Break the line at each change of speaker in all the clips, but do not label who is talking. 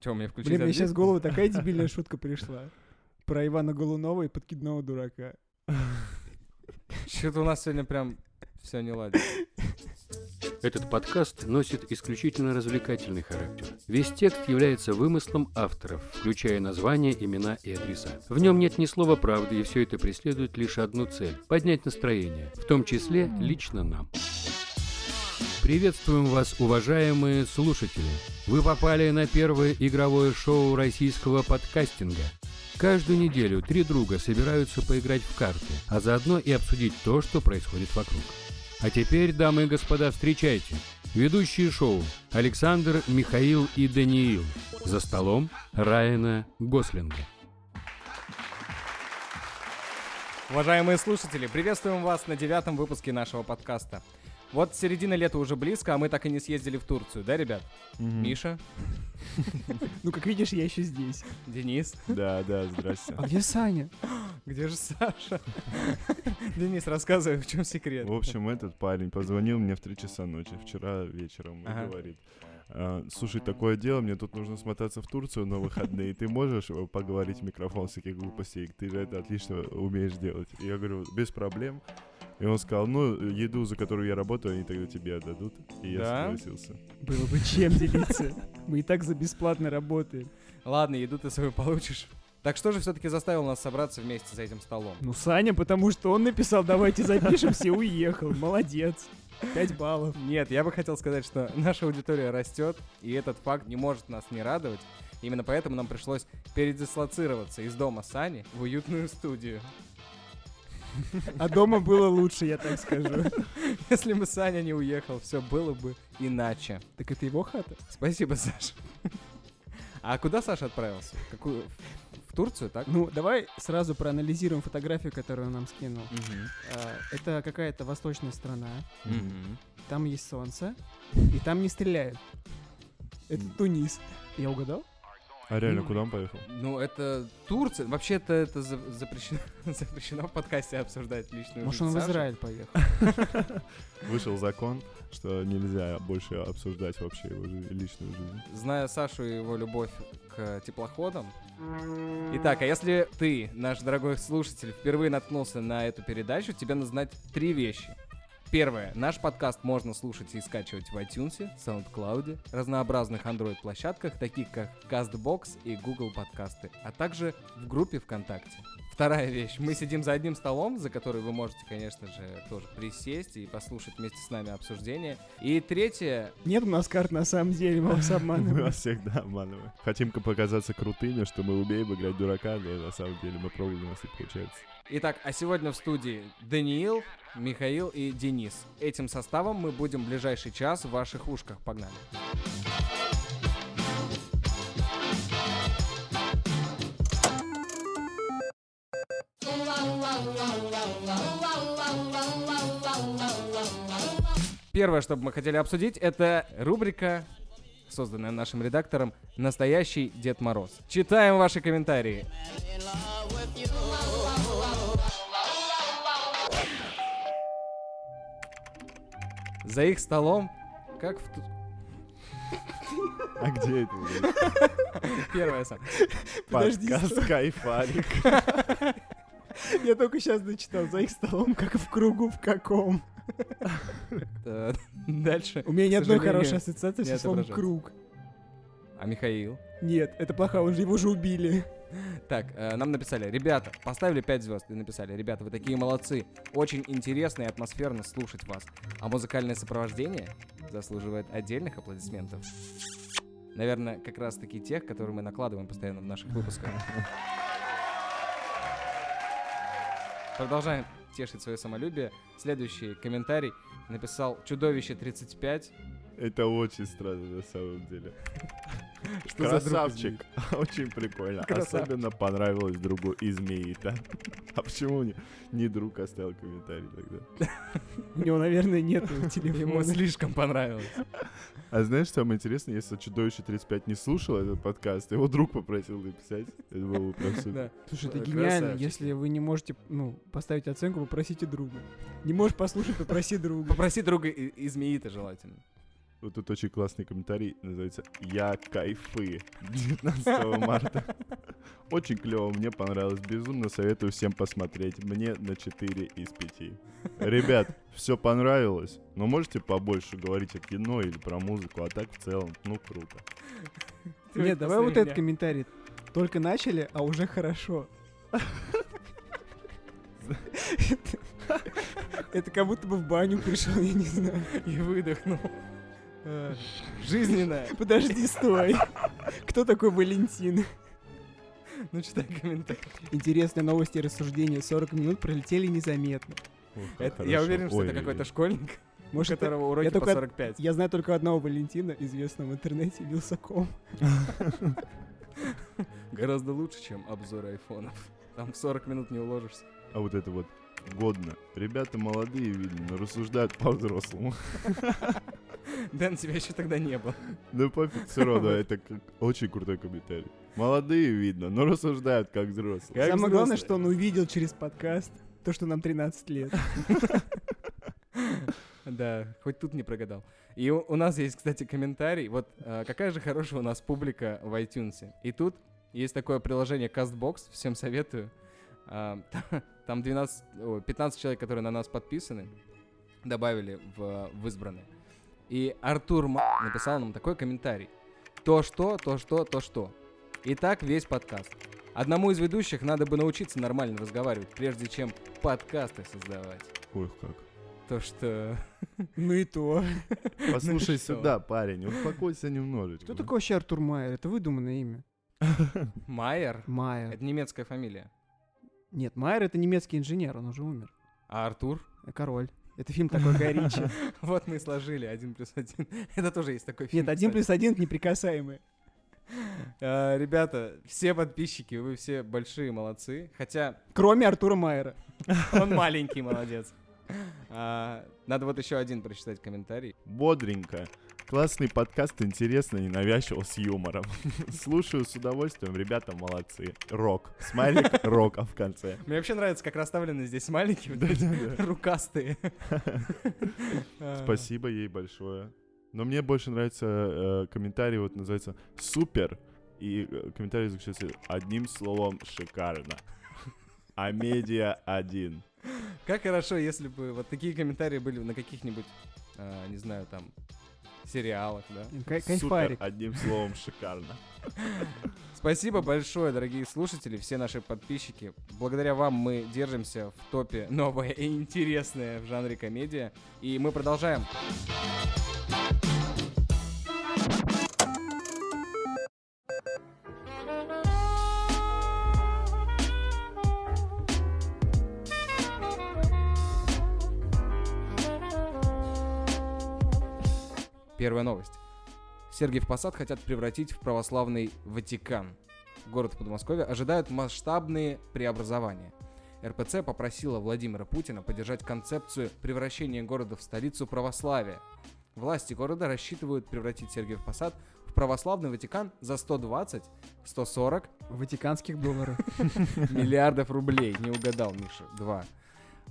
Че, мне включить
Блин, мне
отбивку?
сейчас в голову такая дебильная шутка пришла. Про Ивана Голунова и подкидного дурака.
Что-то у нас сегодня прям все не ладится.
Этот подкаст носит исключительно развлекательный характер. Весь текст является вымыслом авторов, включая названия, имена и адреса. В нем нет ни слова правды, и все это преследует лишь одну цель – поднять настроение, в том числе лично нам. Приветствуем вас, уважаемые слушатели! Вы попали на первое игровое шоу российского подкастинга. Каждую неделю три друга собираются поиграть в карты, а заодно и обсудить то, что происходит вокруг. А теперь, дамы и господа, встречайте. Ведущие шоу Александр, Михаил и Даниил. За столом Райана Гослинга.
Уважаемые слушатели, приветствуем вас на девятом выпуске нашего подкаста. Вот середина лета уже близко, а мы так и не съездили в Турцию, да, ребят? Миша,
Ну, как видишь, я еще здесь.
Денис.
Да, да, здрасте.
А где Саня?
Где же Саша? Денис, рассказывай, в чем секрет.
В общем, этот парень позвонил мне в 3 часа ночи, вчера вечером, и
Ага.
говорит, «А, слушай, такое дело, мне тут нужно смотаться в Турцию на выходные, ты можешь э, поговорить в микрофон всяких глупостей, ты же это отлично умеешь делать. И я говорю, без проблем. И он сказал, ну, еду, за которую я работаю, они тогда тебе отдадут. И я
Да?
согласился.
Было бы чем делиться. Мы и так за бесплатно работаем.
Ладно, еду ты свою получишь. Так что же все-таки заставил нас собраться вместе за этим столом?
Ну, Саня, потому что он написал, давайте запишемся, и уехал. Молодец. Пять баллов.
Нет, я бы хотел сказать, что наша аудитория растет, и этот факт не может нас не радовать. Именно поэтому нам пришлось передислоцироваться из дома Сани в уютную студию.
А дома было лучше, я так скажу.
Если бы Саня не уехал, все было бы иначе.
Так это его хата?
Спасибо, Саша. А куда Саша отправился? В Какую? В Турцию, так?
Ну, давай сразу проанализируем фотографию, которую он нам скинул. А, Это какая-то восточная страна, там есть солнце, и там не стреляют. Это Тунис. Я угадал?
А реально, куда он поехал?
Ну, это Турция. Вообще-то это за- запрещено, запрещено в подкасте обсуждать личную
Может,
жизнь
он в
Саши.
Израиль поехал.
Вышел закон, что нельзя больше обсуждать вообще его жи- личную жизнь.
зная Сашу и его любовь к теплоходам. Итак, а если ты, наш дорогой слушатель, впервые наткнулся на эту передачу, тебе нужно знать три вещи. Первое. Наш подкаст можно слушать и скачивать в iTunes, SoundCloud, разнообразных Android-площадках, таких как CastBox и Google подкасты, а также в группе ВКонтакте. Вторая вещь. Мы сидим за одним столом, за который вы можете, конечно же, тоже присесть и послушать вместе с нами обсуждение. И третье.
Нет у нас карт на самом деле, мы вас
Мы
обманываем.
вас всегда обманываем. Хотим ка- показаться крутыми, что мы умеем играть дурака, но на самом деле мы пробуем, у нас не получается.
Итак, а сегодня в студии Даниил, Михаил и Денис. Этим составом мы будем в ближайший час в ваших ушках. Погнали. Первое, что бы мы хотели обсудить, это рубрика, созданная нашим редактором «Настоящий Дед Мороз». Читаем ваши комментарии. За их столом, как в... ту-
А где это? блин?
Первое сам.
Подожди,
Подкаст
стой.
Кайфарик.
Я только сейчас дочитал, за их столом, как в кругу, в каком.
Э, Дальше.
У меня ни
К
одной
сожалению,
хорошей ассоциации
не
со словом
отображается.
круг.
А Михаил?
Нет, это плохо, он же его же убили.
Так, э, нам написали, ребята, поставили 5 звезд и написали, ребята, вы такие молодцы, очень интересно и атмосферно слушать вас, а музыкальное сопровождение заслуживает отдельных аплодисментов. Наверное, как раз таки тех, которые мы накладываем постоянно в наших выпусках. Продолжаем тешить свое самолюбие. Следующий комментарий написал чудовище 35.
Это очень странно на самом деле.
Что за друг
Красавчик. Очень прикольно.
Красавчик.
Особенно понравилось другу из Змеита. А почему не- не друг оставил комментарий тогда?
У него, наверное, нет
Ему
телефона.
слишком понравилось.
А знаешь, самое интересное, если чудовище 35 не слушал этот подкаст, его друг попросил написать. Это было бы прям супер.
Да.
Слушай, это
Э,
гениально,
красавчики.
если вы не можете, ну, поставить оценку, попросите друга. Не можешь послушать, попроси друга.
Попроси друга и, и змеи-то желательно.
Вот тут очень классный комментарий, называется «Я кайфы» 19 марта. Очень клево, мне понравилось, безумно советую всем посмотреть. Мне на 4 из 5. Ребят, все понравилось, но можете побольше говорить о кино или про музыку, а так в целом, ну круто.
Нет, давай вот этот комментарий. Только начали, а уже хорошо. Это как будто бы в баню пришел, я не знаю.
И выдохнул. Э, Жизненно.
Подожди, стой. Кто такой Валентин?
Ну, читай комментарий.
Интересные новости и рассуждения. 40 минут пролетели незаметно.
Ох, как
Это- Я
хорошо.
уверен, что это
Ой-ой-ой.
какой-то школьник, у
Может, это...
которого уроки по
только-
45.
Я знаю только одного Валентина, известного в интернете, Вилсаком.
Гораздо лучше, чем обзоры айфонов. Там в 40 минут не уложишься.
А вот это вот годно. Ребята молодые, видно, но рассуждают по-взрослому.
Дэн, тебя еще тогда не было.
Да пофиг, все равно, это как- очень крутой комментарий. Молодые, видно, но рассуждают как взрослые.
Как
Самое
взрослые.
главное, что он увидел через подкаст то, что нам 13 лет.
Да, хоть тут не прогадал. И у, у нас есть, кстати, комментарий. Вот э, какая же хорошая у нас публика в iTunes. И тут есть такое приложение CastBox, всем советую. А, та- Там 12, о, 15 человек, которые на нас подписаны, добавили в, в избранные. И Артур Ма- написал нам такой комментарий. То что, то что, то что. И так весь подкаст. Одному из ведущих надо бы научиться нормально разговаривать, прежде чем подкасты создавать.
Ой, как.
То, что
Ну и то.
Послушай
что?
сюда, парень, успокойся немножечко.
Кто такой вообще Артур Майер? Это выдуманное имя.
Майер
Майер.
Это немецкая фамилия.
Нет, Майер это немецкий инженер, он уже умер.
А Артур?
Король. Это фильм такой горячий.
Вот мы и сложили один плюс один. Это тоже есть такой фильм.
Нет, один
кстати.
плюс один это неприкасаемые.
А, Ребята, все подписчики, вы все большие молодцы. Хотя
Кроме Артура Майера.
он маленький молодец. А, Надо вот еще один прочитать комментарий.
Бодренько. Классный подкаст, интересно, ненавязчиво, с юмором. Слушаю с удовольствием, ребята молодцы. Рок. Смайлик рок, а в конце.
Мне вообще нравится, как расставлены здесь маленькие, вот эти
Да-да-да.
рукастые. А,
Спасибо ей большое. Но мне больше нравится э, комментарий, вот называется «Супер». И э, комментарий заключается одним словом «Шикарно». А медиа один.
Как хорошо, если бы вот такие комментарии были на каких-нибудь, а, не знаю, там, сериалах, да?
Кай-
Супер,
Кайфарик.
одним словом «Шикарно».
Спасибо большое, дорогие слушатели, все наши подписчики. Благодаря вам мы держимся в топе новое и интересное в жанре комедия. И мы продолжаем. Первая новость. Сергиев Посад хотят превратить в православный Ватикан. Город в Подмосковье ожидают масштабные преобразования. РПЦ попросила Владимира Путина поддержать концепцию превращения города в столицу православия. Власти города рассчитывают превратить Сергиев Посад в православный Ватикан за 120-140
Ватиканских долларов.
миллиардов рублей. Не угадал, Миша. Два.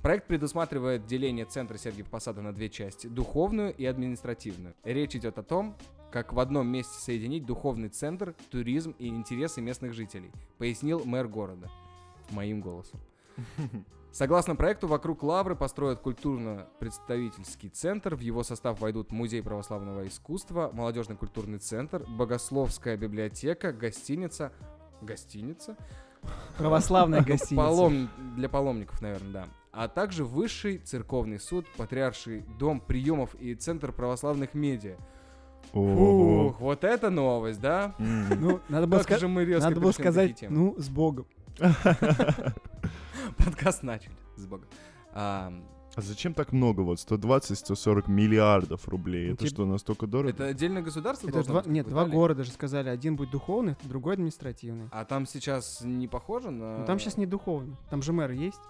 Проект предусматривает деление центра Сергиев Посада на две части – духовную и административную. Речь идет о том, как в одном месте соединить духовный центр, туризм и интересы местных жителей, пояснил мэр города. Моим голосом. Согласно проекту, вокруг Лавры построят культурно-представительский центр. В его состав войдут Музей православного искусства, Молодежный культурный центр, Богословская библиотека, гостиница. Гостиница?
Православная гостиница.
Палом... Для паломников, наверное, да. А также высший церковный суд, патриарший дом приемов и центр православных медиа. Ух, вот это новость, да?
М.
Ну, надо было,
Как
ска-
же мы резко
надо было
пришли на такие
сказать,
темы.
ну, с Богом.
Подкаст начали, с бога. А,
А зачем так много? Вот 120-140 миллиардов рублей. Это
Тип-
что, настолько дорого?
это отдельное государство
Это ж
должно
два,
быть, как
нет,
в
два
Италии?
города же сказали. Один будет духовный, другой административный.
А там сейчас не похоже на...
Но Ну, там сейчас не духовный. Там же мэр есть.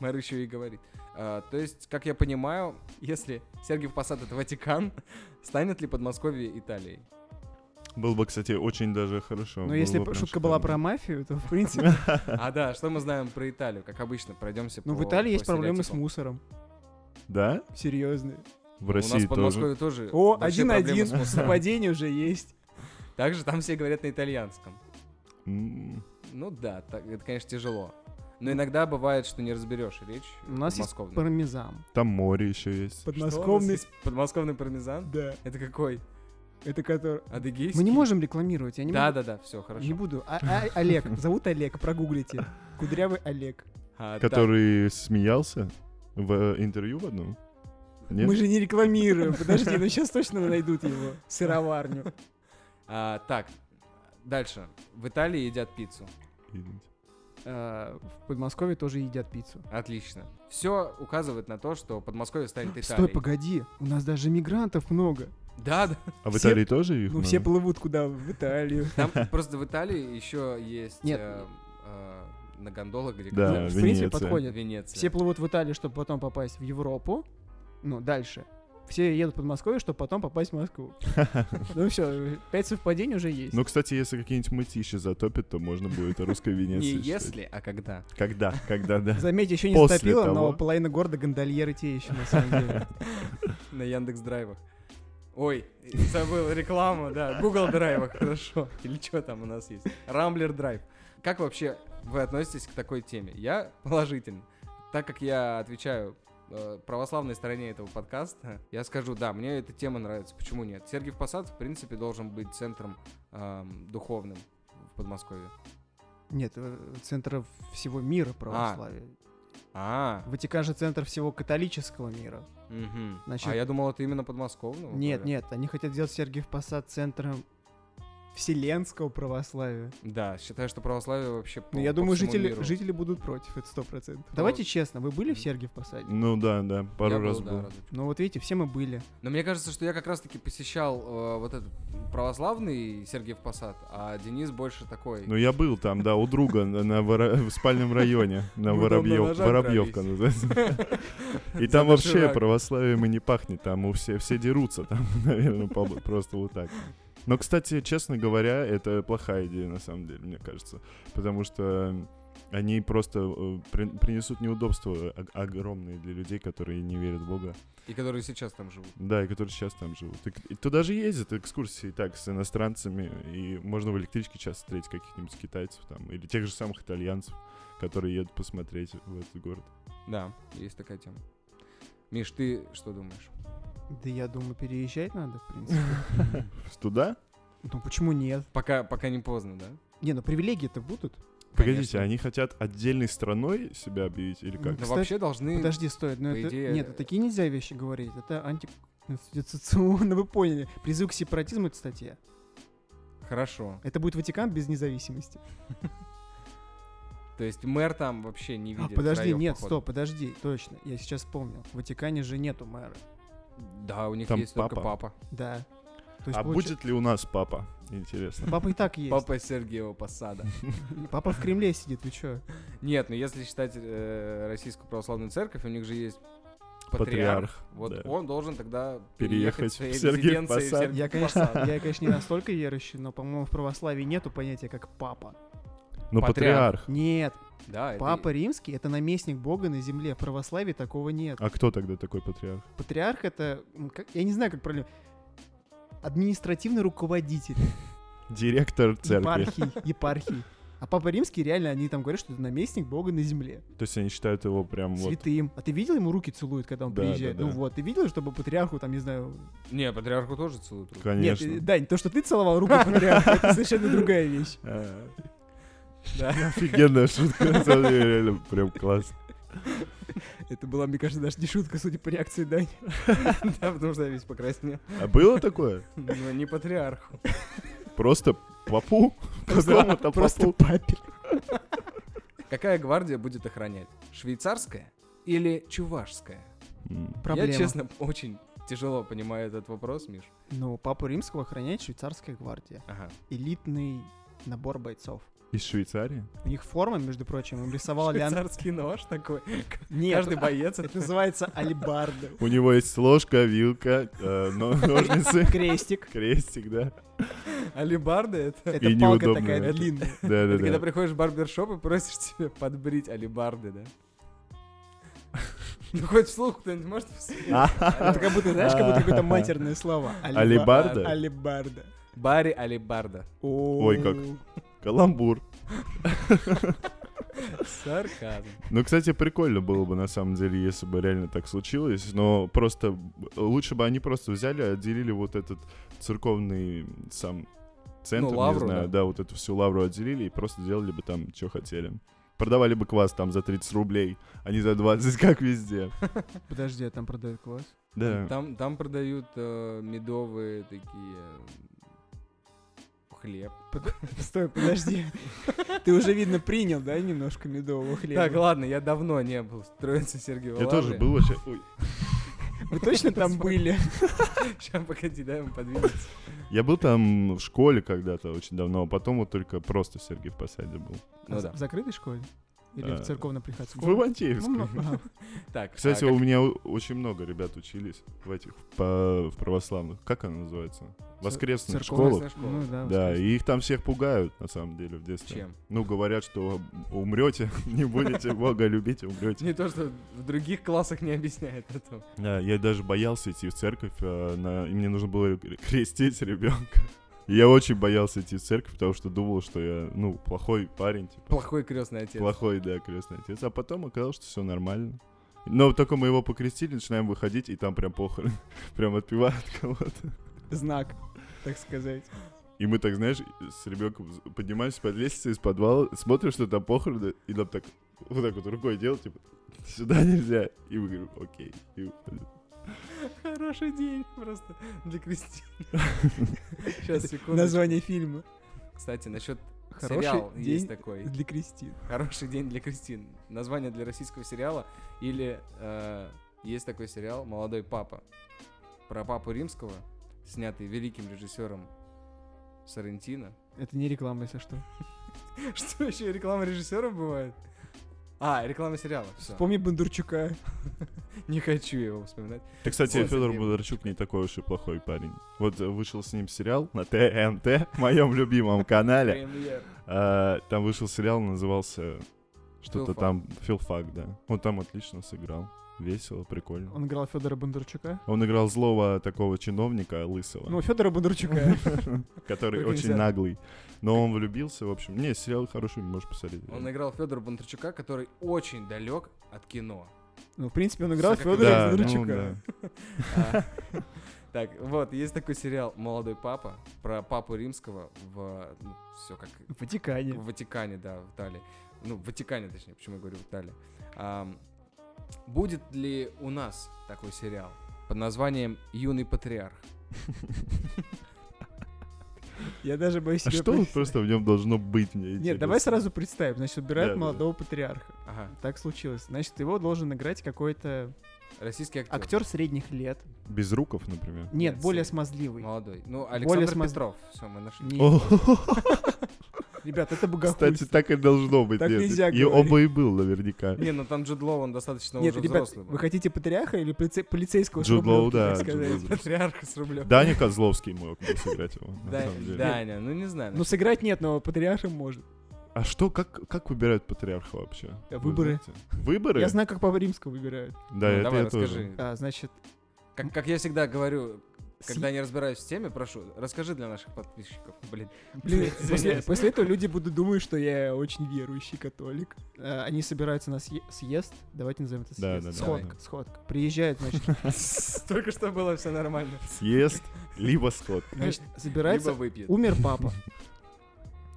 Мэр еще и говорит. А, то есть, как я понимаю, если Сергиев Посад — это Ватикан, станет ли Подмосковье Италией?
Было бы, кстати, очень даже хорошо.
Но
Было
Ну, если
бы
бы
прям
шутка была про
шикарно.
мафию, то, в принципе...
А да, что мы знаем про Италию? Как обычно, пройдемся
Ну,
по
в Италии есть
по
проблемы с
стереотипам.
мусором.
Да?
Серьезные.
В
У нас
России
в Подмосковье
тоже.
тоже.
О,
большие проблемы
один-один,
с мусором.
совпадение уже есть.
Также там все говорят на итальянском.
М,
Ну да, так, это, конечно, тяжело. Но иногда бывает, что не разберешь речь.
У нас есть
подмосковную.
пармезан.
Там море еще есть.
Что у нас
Подмосковный.
есть? Подмосковный пармезан?
Да,
Это какой?
это который...
Адыгейский?
Мы не можем рекламировать, я не
Да,
могу.
да, да, все, хорошо.
Не буду. А- а- Олег, зовут Олег, прогуглите. Кудрявый Олег.
А, так,
Который смеялся в э, интервью в одном? Нет?
Мы же не рекламируем. Подожди, ну сейчас точно найдут его. Сыроварню.
а, так, дальше. В Италии едят пиццу.
Извините.
Э, В Подмосковье тоже едят пиццу.
Отлично. Все указывает на то, что Подмосковье станет Италией.
Стой, погоди, у нас даже мигрантов много.
Да, да.
А в
Все-
Италии тоже их
Ну все
много?
плывут куда? В Италию.
Там просто в Италии еще есть
Нет.
э, э, на гондолах, где
Да,
Ну, в принципе,
Венеция.
подходит.
Венеция.
Все плывут в Италию, чтобы потом попасть в Европу. Ну, дальше. Все едут в Подмосковье, чтобы потом попасть в Москву. Ну все, пять совпадений уже есть.
Ну, кстати, если какие-нибудь мытищи затопят, то можно будет о русской
Не
Венеции считать.
если, а когда.
Когда? Когда, да.
Заметь, еще не
После
стопило, но
того.
половина города гондольеры те еще, на самом деле.
На Яндекс Драйвах. Ой, забыл рекламу, да. Google Драйвах, хорошо. Или что там у нас есть? Рамблер Драйв. Как вообще вы относитесь к такой теме? Я положительно. Так как я отвечаю э, православной стороне этого подкаста, я скажу, да, мне эта тема нравится. Почему нет? Сергиев Посад, в принципе, должен быть центром эм, духовным в Подмосковье.
Нет, э, центр всего мира православия.
А,
Ватикан же центр всего католического мира.
мгм.
Значит-
а я думал, это именно подмосковного.
Нет,
поля.
нет, они хотят сделать Сергиев Посад центром вселенского православия.
Да, считаю, что православие вообще по,
Ну, я
по
думаю,
всему
жители,
миру.
жители будут против, это сто процентов. Давайте честно, вы были в
Мгм.
Сергиев Посаде?
Ну да, да, пару
Я был,
раз
да,
был.
раза четыре.
Ну вот видите, все мы были.
Но мне кажется, что я как раз-таки посещал э, вот этот православный Сергеев Посад, а Денис больше такой.
Ну я был там, да, у друга на, на Воро- в спальном районе, на
Ну, там на
Воробьев,
ножах
Воробьевка
дрались.
называется. И там вообще
доширак.
православием и не пахнет, там у все, все дерутся, там, наверное, по- просто вот так. Но, кстати, честно говоря, это плохая идея, на самом деле, мне кажется. Потому что они просто э, при- принесут неудобства о- огромные для людей, которые не верят в Бога.
И которые сейчас там живут.
Да, и которые сейчас там живут. И, к- и туда же ездят экскурсии так с иностранцами, и можно в электричке сейчас встретить каких-нибудь китайцев там, или тех же самых итальянцев, которые едут посмотреть в этот город.
Да, есть такая тема. Миш, ты что думаешь?
Да я думаю, переезжать надо, в принципе.
Туда?
Ну почему нет?
Пока, пока не поздно, да?
Не, ну привилегии-то будут.
Погодите,
Конечно.
они хотят отдельной страной себя объявить или
Ну,
как?
Кстати,
вообще должны...
Подожди, стой, ну
по
это...
идее- э,
Нет, такие нельзя вещи говорить, это антиконституционно, вы поняли. Призыв к сепаратизму — это статья.
Хорошо.
Это будет Ватикан без независимости.
То есть мэр там вообще не
А,
видит.
подожди,
краёв,
нет,
походу.
стоп, подожди, точно, я сейчас вспомнил. В Ватикане же нету мэра.
Да, у них
Там
есть только
папа.
папа.
Да. То
а
получи-
будет ли у нас папа? Интересно.
Папа и так есть.
Папа Сергеева Посада.
Папа в Кремле сидит, вы чё?
Нет, ну если считать э, Российскую Православную Церковь, у них же есть патриарх.
Патриарх.
Вот
да.
он должен тогда
Переехать
переехать
в
своей
Сергиев
резиденции в
Посад.
Сергиев
Я, конечно,
Посад.
я, конечно, не настолько верующий, но, по-моему, в православии нету понятия как папа.
патриарх.
Но Ну, патриарх.
Нет,
Да, это-
папа римский — это наместник Бога на земле, в православии такого нет.
А кто тогда такой патриарх?
Патриарх — это, м, как- я не знаю, как правильно, административный руководитель
Директор церкви.
епархии, епархии. А папа римский, реально, они там говорят, что это наместник Бога на земле,
То есть они считают его прям вот...
святым. А ты видел, ему руки целуют, когда он
Да,
приезжает?
да, да.
Ну вот, ты видел, чтобы патриарху, там, не знаю,
Не, патриарху тоже целуют руку.
Нет,
Конечно.
э, Дань, то, что ты целовал руку патриарха, это совершенно другая вещь.
А.
Да.
Офигенная шутка, на самом деле, реально прям класс.
Это была, мне кажется, даже не шутка, судя по реакции Дань.
Да, потому что я весь покраснел.
А было такое?
Но Ну, не патриарху.
Просто папу? Какому-то
Просто
папу?
папе.
Какая гвардия будет охранять? Швейцарская или чувашская?
М.
Я,
Проблема.
честно, очень тяжело понимаю этот вопрос, Миш.
Но папу римского охраняет швейцарская гвардия.
Ага.
Элитный набор бойцов.
Из Швейцарии?
У них форма, между прочим, им рисовал Леон...
Швейцарский нож такой.
Нет,
Каждый боец.
это называется алибарда.
У него есть ложка, вилка, э, но- ножницы,
Крестик.
крестик, да?
Алибарда это...
Это
И
палка
неудобно
такая
это.
длинная.
Это когда
Да-да-да.
приходишь в барбершоп и просишь тебя подбрить алибарды, да? Ну хоть вслух кто-нибудь может вс-
А.
Это как будто, знаешь, как будто А, какое-то матерные слова.
Алибарда?
Алибарда.
Барри Алибарда.
Ой, как. Каламбур.
Сарказм.
Ну, кстати, прикольно было бы на самом деле, если бы реально так случилось, но просто лучше бы они просто взяли, отделили вот этот церковный сам центр,
Ну, лавру,
не знаю,
да.
да. вот эту всю лавру отделили и просто делали бы там, что хотели. Продавали бы квас там за 30 рублей, а не за 20, как везде.
Подожди, а там продают класс?
Да.
Там, там продают э, медовые такие э, хлеб.
Стой, подожди. Ты уже, видно, принял, да, немножко медового
Так,
хлеба?
ладно, я давно не был в Троице Сергиевой
Я тоже
Лавре.
был вообще... Ой.
Вы точно там
Ну
были?
Сейчас, погоди, дай ему подвинуться.
Я был там в школе когда-то очень давно, а потом вот только просто в Сергей Посаде был.
Ну да.
В закрытой школе? Или в
Э, В
церковно-приходской? Ну,
Ивантеевской.
ага.
Так,
Кстати,
а
у
как-
меня о- очень много ребят учились в этих по- в православных. Как она называется? Воскресных школах.
Воскресная школа.
Ну да,
Да,
воскресенье.
и их там всех пугают, на самом деле, в детстве.
Чем?
Ну, говорят, что умрете, не будете Бога любить,
Не
умрете.
то, что в других классах не объясняет а этого.
Да, я даже боялся идти в церковь, а, на- и мне нужно было ре- крестить ребенка. И Я очень боялся идти в церковь, потому что думал, что я, ну, плохой парень, типа.
Плохой крестный отец.
Плохой, да, крестный отец. А потом оказалось, что все нормально. Но только мы его покрестили, начинаем выходить, и там прям похороны. Прям отпивают кого-то.
Знак, так сказать.
И мы так, знаешь, с ребенком поднимаемся под лестницей из подвала, смотрим, что там похороны, и нам так вот так вот рукой делать, типа, сюда нельзя. И мы говорим, окей. И уходим.
Хороший день просто для Кристины. Сейчас, секунду.
Название фильма.
Кстати, насчет
Хороший
сериал есть
день
такой.
для Кристин.
Хороший день для Кристин. Название для российского сериала. Или э, есть такой сериал Молодой папа. Про папу римского, снятый великим режиссером Сарентино.
Это не реклама, если что.
Что еще реклама режиссеров бывает? А, реклама сериала. Всё.
Вспомни Бондарчука.
Не хочу его вспоминать.
Ты, кстати,
Вот.
Федор Бондарчук не такой уж и плохой парень. Вот э, вышел с ним сериал на ТНТ, моем любимом канале.
Премьер.
А, Там вышел сериал, назывался что-то
Филфак.
там Филфак, да. Он там отлично сыграл. Весело, прикольно.
Он играл Федора Бондарчука.
Он играл злого такого чиновника, лысого,
Ну, Федора Бондарчука.
который
как
очень
нельзя.
наглый. Но он влюбился, в общем. Не, сериал хороший, можешь посмотреть.
Он играл Федора Бондарчука, который очень далек от кино.
Ну, в принципе, он играл
Всё как-
Федора
ну
Бондарчука.
А, Так, вот, есть такой сериал «Молодой папа» про папу римского в... Все как
В Ватикане.
В Ватикане, да, в Италии. Ну, в Ватикане, точнее, почему я говорю в Италии. Ам, будет ли у нас такой сериал под названием «Юный патриарх»?
Я даже боюсь
А
себе
что
представить.
просто в нем должно быть, мне
Нет, давай сразу представим. Значит,
Да,
убирают
да,
молодого патриарха.
Ага,
Так случилось. Значит, его должен играть какой-то
российский актер.
актер средних лет.
Без руков, например.
Нет,
Нет,
более
средний.
смазливый.
Молодой. Ну, Александр
смаз-
Петров. Все, мы нашли.
Не-
О,
Ребят, это
Кстати,
богохульство.
так и должно быть.
Так
нет.
нельзя
И оба и был наверняка.
Не, ну там Джуд Лоу, он достаточно
Нет,
уже
ребят,
взрослый. был.
вы хотите патриарха или полице- полицейского с
Джуд Лоу,
Рублевки,
да,
так
Джуд Лоу,
сказать?
да.
Патриарха с рублем.
Даня Козловский мог бы сыграть его. на
Да,
самом деле.
Даня, ну не знаю.
Ну, сыграть нет, но патриарха может.
А что, как, как выбирают патриарха вообще? Вы
Да, Э, выборы.
знаете? Выборы?
Я знаю, как по римскому выбирают.
Ну,
Да, это
давай,
я тоже.
расскажи.
А, значит,
Как, как я всегда говорю,
с-
когда не разбираюсь в теме, прошу, расскажи для наших подписчиков. Блин,
Блин,
Извиняюсь.
после, после этого люди будут думать, что я очень верующий католик. Э, Они собираются на съе- съезд. Давайте назовем это
Да,
съезд.
да, да.
сходка, сходка. Приезжают, значит,
только что было все нормально.
Съезд, либо сход.
значит,
Либо
собирается.
выпьет.
Умер папа.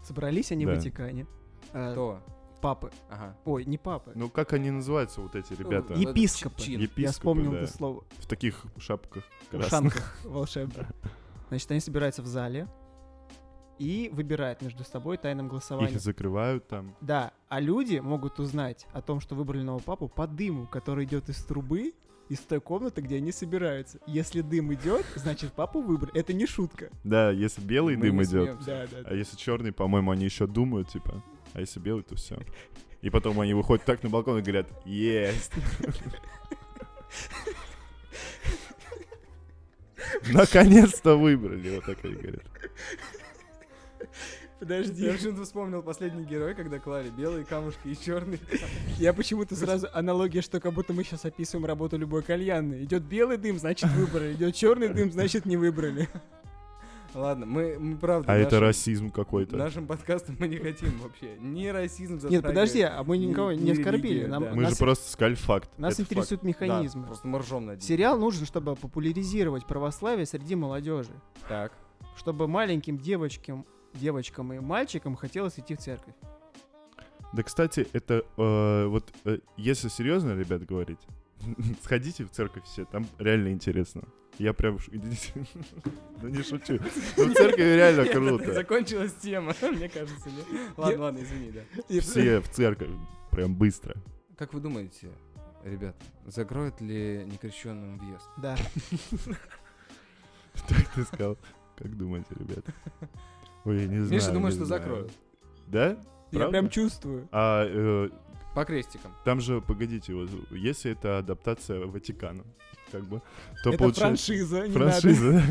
Собрались они в
Да.
Ватикане. Э,
Кто?
Папы.
Ага.
Ой, не папы.
Ну, как они называются, вот эти ребята?
Ну, это
Епископы.
чи- чин.
Епископы,
Я вспомнил
да.
это слово.
В таких шапках красных.
Ушанках волшебных. Значит, они собираются в зале и выбирают между собой тайным голосованием.
Их закрывают там.
Да, а люди могут узнать о том, что выбрали нового папу по дыму, который идет из трубы, из той комнаты, где они собираются. Если дым идет, значит папу выбрали. Это не шутка.
Да, если
Ну,
белый
Мы
дым
не
идет.
смеемся.
Да, да,
А если черный, по-моему, они еще думают, типа. А если белый, то все. И потом они выходят так на балкон и говорят, есть. Наконец-то выбрали, вот так они говорят.
Я
Подожди.
почему-то вспомнил последний герой, когда клали белые камушки и черные.
Я почему-то сразу аналогия, что как будто мы сейчас описываем работу любой кальянной. Идет белый дым, значит выбрали. Идет черный дым, значит не выбрали.
Ладно, мы, мы правда.
А это
нашим-
расизм какой-то.
Нашим подкастом мы не хотим вообще. Ни расизм
Нет, подожди,
затрагивать.
а мы
Ни-
никого не
ни
оскорбили.
религия,
Нам-
да.
Мы же
Нас
просто сказали факт.
нас
Это факт.
интересуют
Да,
механизмы.
просто мы ржем над ним.
Сериал нужен, чтобы популяризировать православие среди молодежи.
Так.
Чтобы маленьким девочкам, девочкам и мальчикам хотелось идти в церковь.
Да, кстати, это э, вот э, если серьезно, ребят, говорить, сходите в церковь все, там реально интересно. Я прям ш- Да не шучу. Ну, в церкви реально круто.
Закончилась тема, мне кажется. нет? Ладно, ладно, извини, да.
Все в церковь прям быстро.
Как вы думаете, ребят, закроют ли некрещенным въезд?
Да.
Так ты сказал. Как думаете, ребят? Ой, я не знаю.
Миша думает,
не
что
знаю.
закроют.
Да?
Я
Правда?
прям чувствую.
А э,
По крестикам.
там же, погодите, вот, если это адаптация Ватикана, как бы, то
Это
получается...
франшиза, не надо.
Франшиза.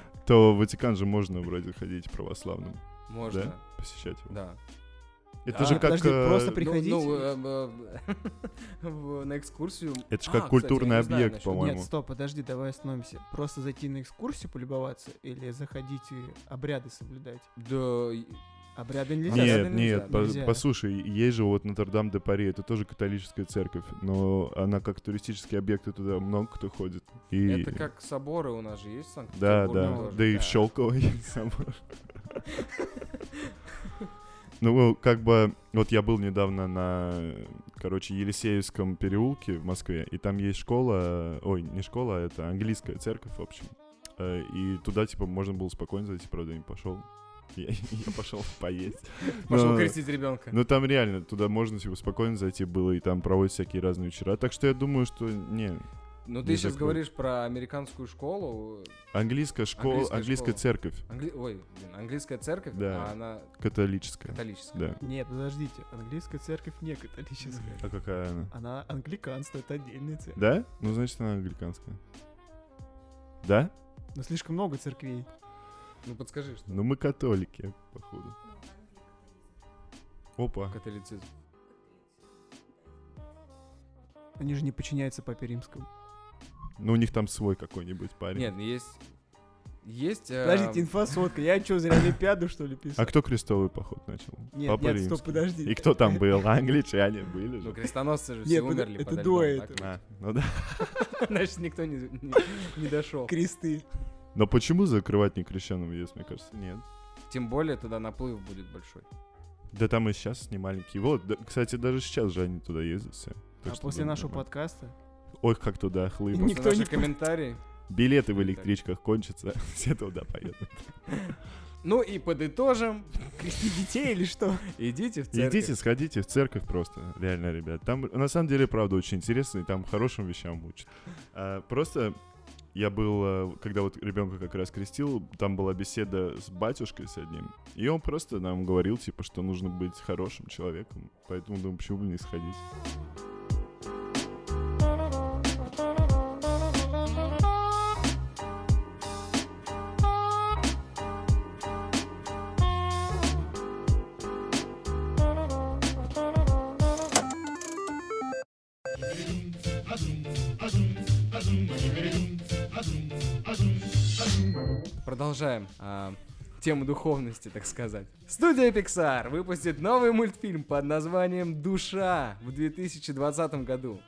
То в Ватикан же можно вроде ходить православным,
Можно.
посещать его.
Да.
Это
А,
же как...
подожди,
э,
просто при-
Ну-
Приходите.
ну, э, э, в- на экскурсию.
Это же
А,
как
кстати, я
культурный
не знаю
объект,
насчет-
по-моему.
Нет, стоп, подожди, давай остановимся. Просто зайти на экскурсию полюбоваться или заходить и обряды соблюдать.
Да, и-
Обряды
Нет,
нельзя.
Нельзя,
нет,
да, нельзя,
по-
нельзя.
послушай, есть же вот Нотр-Дам де Пари, это тоже католическая церковь, но она как туристический объект, и туда много кто ходит. И...
это как соборы у нас же есть в
Да,
Санкт-Петербурге
да.
тоже,
Да и в Щелковой собор. Ну, как бы, вот я был недавно на, короче, Елисеевском переулке в Москве, и там есть школа, ой, не школа, а это английская церковь, в общем. Э, И туда, типа, можно было спокойно зайти, правда, я не пошел. Я, я пошел поесть.
Пошел
Но-
крестить ребенка.
Ну, там реально, туда можно, типа, спокойно зайти было, и там проводят всякие разные вечера. Так что я думаю, что, не,
Ну, ты
не
сейчас
закроют.
говоришь про американскую школу.
английская школа,
Английская
английская,
школа.
церковь
Англи- Ой, блин, английская церковь,
Да.
а она
католическая,
католическая.
да.
Нет, подождите, английская церковь не католическая.
А какая она?
Она англиканство, это отдельная церковь.
Да? Ну, значит, она англиканская. Да?
Но слишком много церквей. А
Ну, подскажи, что
Ну, мы католики, походу. Опа.
католицизм.
Они же не подчиняются Папе Римскому.
Ну, у них там свой какой-нибудь парень.
Нет, ну, есть... Есть... э,
Подождите, инфа сотка. Я что, зря олимпиаду, что ли,
А
писал?
кто крестовый поход начал?
Нет,
Папа
нет,
Римский.
стоп, подожди.
И кто там был? Англичане были
Ну,
же.
крестоносцы же
Нет,
все
это-
умерли.
это
под
до
Альбом, так?
А, ну да.
Значит, никто не, дошел.
Кресты.
Но почему закрывать не крещенным въезд, мне кажется? Нет.
Тем более туда наплыв будет большой.
Да там и сейчас не маленький. Вот, да, кстати, даже сейчас же они туда ездят все. Так
А
что
после
думаю,
нашего
нормально.
подкаста
Ой, как туда
После
хлыба.
Ник- Никто не
наших
пу-
комментарий.
Билеты в
Так.
электричках кончатся, все туда поедут.
Ну и подытожим.
крести детей или что?
Идите в церковь.
Идите, сходите в церковь просто, реально, ребят. Там, на самом деле, правда, очень интересно, и там хорошим вещам учат. А, просто я был, э, когда вот ребенка как раз крестил, там была беседа с батюшкой с одним, и он просто нам говорил, типа, что нужно быть хорошим человеком, поэтому думаю, почему бы не сходить.
Продолжаем а, тему духовности, так сказать. Студия Pixar выпустит новый мультфильм под названием «Душа» в 2020 году.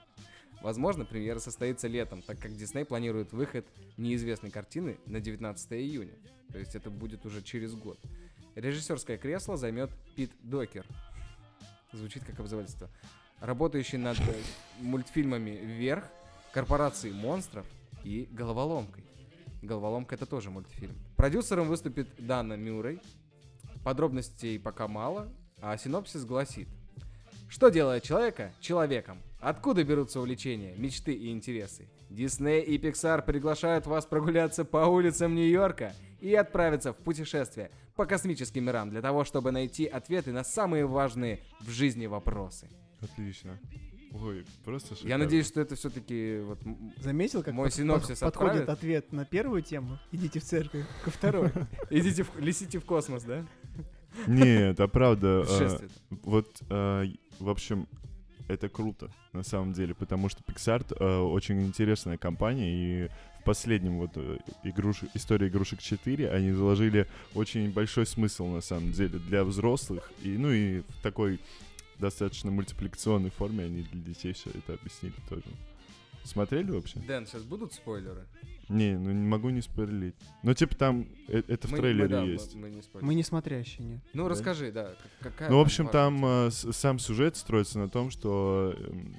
Возможно, премьера состоится летом, так как Дисней планирует выход неизвестной картины на 19 июня. То есть это будет уже через год. Режиссерское кресло займет Пит Докер. Звучит как обзывательство. Работающий над э, мультфильмами «Вверх», «Корпорацией монстров» и «Головоломкой». «Головоломка» — это тоже мультфильм. Продюсером выступит Дана Мюррей. Подробностей пока мало, а синопсис гласит. Что делает человека человеком? Откуда берутся увлечения, мечты и интересы? Дисней и Pixar приглашают вас прогуляться по улицам Нью-Йорка и отправиться в путешествие по космическим мирам для того, чтобы найти ответы на самые важные в жизни вопросы.
Отлично. Ой, просто
Я надеюсь, что это все-таки вот м-
Заметил, как
Мой
под-
синопсис
под- подходит
отправит?
ответ на первую тему? Идите в церковь. Ко второй.
идите в- летите в космос, да?
Нет, а правда, э,
Путешествие.
вот, э, в общем, это круто, на самом деле, потому что Pixar э, очень интересная компания, и в последнем вот э, игруш... истории игрушек 4 они заложили очень большой смысл, на самом деле, для взрослых, и, ну и в такой достаточно мультипликационной форме они для детей все это объяснили тоже. Смотрели вообще?
Дэн, сейчас будут спойлеры?
Не, ну не могу не спойлерить. Ну, типа там, э, это в
Мы- мы,
трейлере
да, мы-
есть.
мы не спойлерим.
Мы не смотрящие, нет.
Ну,
Да.
расскажи, да, к- какая...
Ну, в общем,
пара?
там э, с- сам сюжет строится на том, что э, м,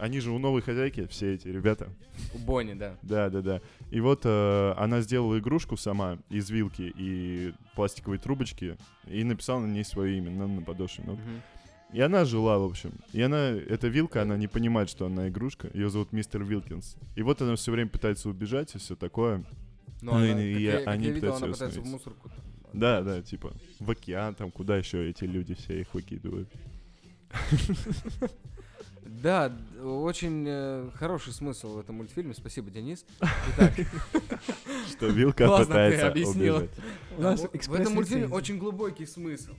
они же у новой хозяйки, все эти ребята.
У Бонни, да.
Да, да, да. И вот э, она сделала игрушку сама из вилки и пластиковой трубочки и написала на ней свое имя на, на подошве. Ну,
Мгм.
и она жила, в общем. И она, эта вилка, она не понимает, что она игрушка. Ее зовут мистер Вилкинс. И вот она все время пытается убежать и все такое.
Ну,
Ну,
она,
и-
как
и
я, как
они
я видел,
пытаются
она пытается в
восстановить.
мусорку. там.
Да, да, типа в океан, там куда еще эти люди все их выкидывают.
Да, д- очень э, хороший смысл в этом мультфильме. Спасибо, Денис. Итак,
Что вилка
Классно ты
пытается
объяснила.
убежать.
У нас
в- в
экспресс
этом мультфильме
лицензия.
очень глубокий смысл.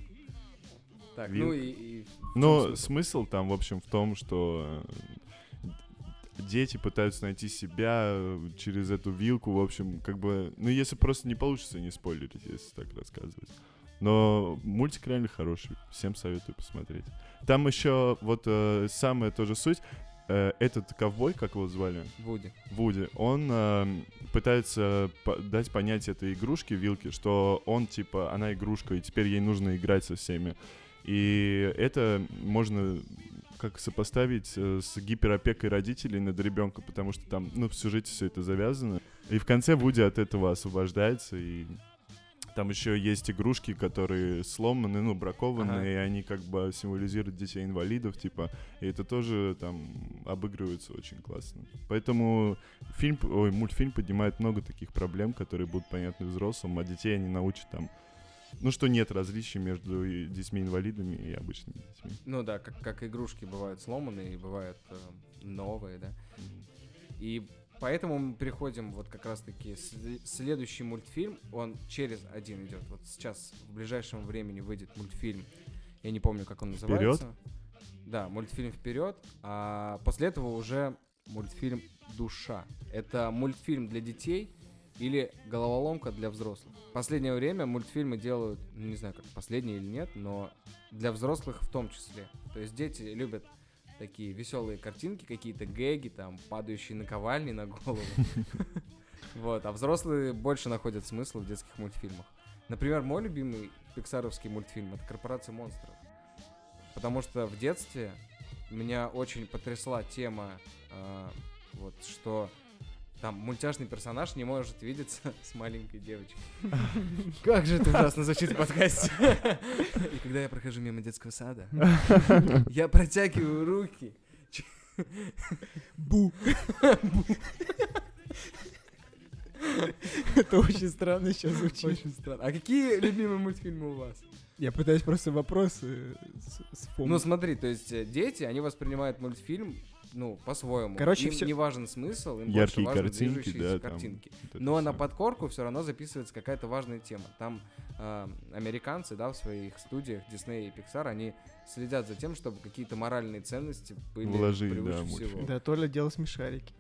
Так, ну
Вилка.
и... и в чем
Но
смысл?
Ну, смысл там, в общем, в том, что э, дети пытаются найти себя э, через эту вилку, в общем, как бы... Ну, если просто не получится, не спойлерить, если так рассказывать. Но мультик реально хороший, всем советую посмотреть. Там еще вот э, самая тоже суть, э, этот ковбой, как его звали,
Вуди.
Вуди, он эм, пытается по- дать понять этой игрушке, вилке, что он, типа, она игрушка, и теперь ей нужно играть со всеми. И это можно как сопоставить э, с гиперопекой родителей над ребенком, потому что там, ну, в сюжете все это завязано. И в конце Вуди от этого освобождается, и там еще есть игрушки, которые сломаны, ну, бракованы,
Ага.
и они как бы символизируют детей-инвалидов, типа, и это тоже там обыгрывается очень классно. Поэтому фильм, ой, мультфильм поднимает много таких проблем, которые будут понятны взрослым, а детей они научат там, ну, что нет различий между и детьми-инвалидами и обычными детьми.
Ну да, как, как игрушки бывают сломанные, и бывают э, новые, да. И поэтому мы переходим вот как раз-таки сле- следующий мультфильм, он через один идет. Вот сейчас в ближайшем времени выйдет мультфильм, я не помню, как он называется. Да, мультфильм вперед, а после этого уже мультфильм Душа. Это мультфильм для детей или головоломка для взрослых. В последнее время мультфильмы делают, ну, не знаю, как последние или нет, но для взрослых в том числе. То есть дети любят такие веселые картинки, какие-то гэги, там, падающие наковальни на голову. Вот, а взрослые больше находят смысл в детских мультфильмах. Например, мой любимый пиксаровский мультфильм — это «Корпорация монстров». Потому что в детстве меня очень потрясла тема, э, вот, что там мультяшный персонаж не может видеться с маленькой девочкой. Как же это ужасно звучит в подкасте. И когда я прохожу мимо детского сада, я протягиваю руки.
Бу. Это очень странно сейчас звучит.
Очень странно. А какие любимые мультфильмы у вас?
Я пытаюсь просто вопросы э,
Ну
вспомнить.
смотри, то есть э, дети, они воспринимают мультфильм, ну, по-своему.
Короче,
им
всё-
не важен смысл, им больше
Яркие
важны
картинки,
движущиеся
да, там.
картинки.
Вот это
Но на
всё.
подкорку все равно записывается какая-то важная тема. Там э, американцы, да, в своих студиях Disney и Pixar, они следят за тем, чтобы какие-то моральные ценности были
Вложили,
превыше
да,
всего.
мультфильм.
Да, Толя делал смешарики.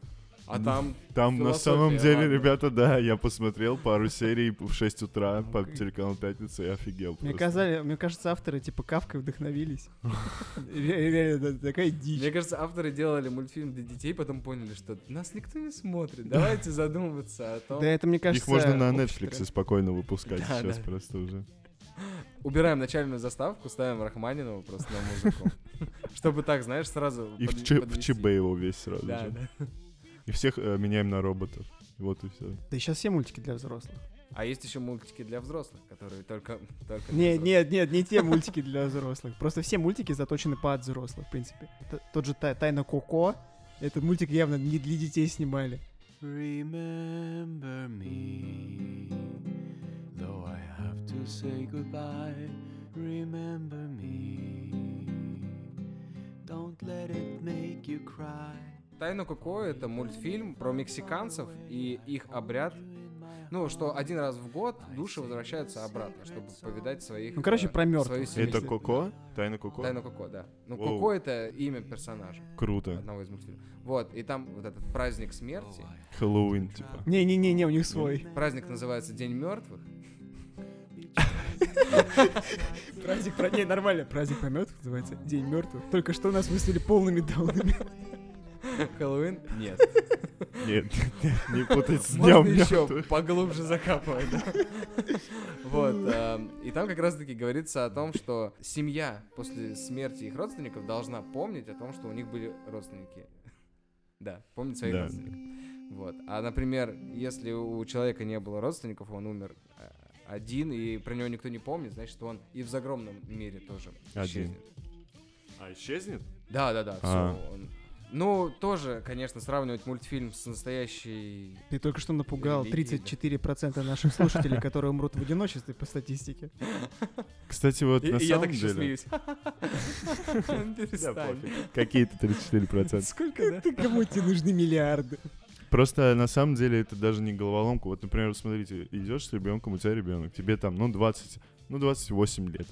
А
Ну,
там
Там на самом
философия,
деле,
а ладно.
ребята, да, я посмотрел пару серий в 6 утра по телеканалу Пятница и офигел.
Мне,
просто.
казали, мне кажется, авторы типа Кавкой вдохновились. Ре- Реально, да, такая дичь.
Мне кажется, авторы делали мультфильм для детей, потом поняли, что нас никто не смотрит. Давайте задумываться о том.
Да это, мне кажется...
Их можно на
общий
Netflix
тренд.
спокойно выпускать
Да,
сейчас
да.
просто уже.
Убираем начальную заставку, ставим Рахманинова просто на музыку. Чтобы так, знаешь, сразу
И в,
под-
Ч- в
подвести.
ЧБ его весь сразу
Да,
же.
да.
И всех э, меняем на роботов. Вот и все.
Да сейчас все мультики для взрослых.
А есть еще мультики для взрослых, которые только... только для
Нет,
взрослых.
нет, нет, не те мультики для взрослых. Просто все мультики заточены под взрослых, в принципе. Т- Тот же «Тай- «Тайна Коко». Этот мультик явно не для детей снимали.
Remember me, though I have to say goodbye. Remember me, don't let it make you cry.
Тайна Коко — это мультфильм про мексиканцев и их обряд. Ну, что один раз в год души возвращаются обратно, чтобы повидать своих...
Ну, короче,
э,
про мёртвых.
свою
Это
семью.
Это Коко? Тайна Коко?
Тайна Коко, да. Ну,
Воу.
Коко — это имя персонажа
Круто.
одного из мультфильмов. Вот, и там вот этот праздник смерти.
Хэллоуин, типа.
Не-не-не, у них свой.
Праздник называется День мертвых.
Праздник про... Не, нормально. Праздник про мертвых называется День мертвых. Только что нас выставили полными даунами.
Хэллоуин? Нет.
Нет, не путать с днем
Можно еще поглубже закапывать. да. Вот. эм, И там как раз-таки говорится о том, что семья после смерти их родственников должна помнить о том, что у них были родственники. Да, помнить своих
Да.
родственников. Вот. А, например, если у человека не было родственников, он умер э, один, и про него никто не помнит, значит, он и в загромном мире тоже
Один.
исчезнет.
А исчезнет?
Да, да, да,
А.
всё, он- Ну, тоже, конечно, сравнивать мультфильм с настоящей...
Ты только что напугал
Религии,
34% наших слушателей, которые умрут в одиночестве по статистике.
Кстати, вот
И-
на
и я
самом
так еще
деле...
смеюсь.
Да,
Перестань.
пофиг. Какие-то 34%.
Сколько, Ты кому тебе нужны миллиарды?
Просто на самом деле это даже не головоломка. Вот, например, смотрите, идешь с ребенком, у тебя ребенок, тебе там, ну, 20, ну, 28 лет.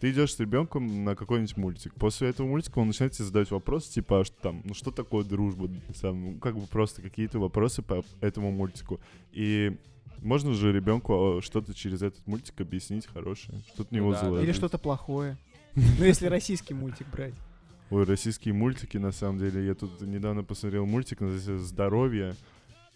Ты идешь с ребенком на какой-нибудь мультик. После этого мультика он начинает тебе задавать вопросы, типа, а что там, ну что такое дружба? Там, ну, как бы просто какие-то вопросы по этому мультику. И можно же ребенку что-то через этот мультик объяснить хорошее, что-то у него
Ну да, да.
злое.
Или что-то плохое. Типа, Ну, если российский мультик брать.
Ой, российские мультики, на самом деле. Я тут недавно посмотрел мультик, называется «Здоровье».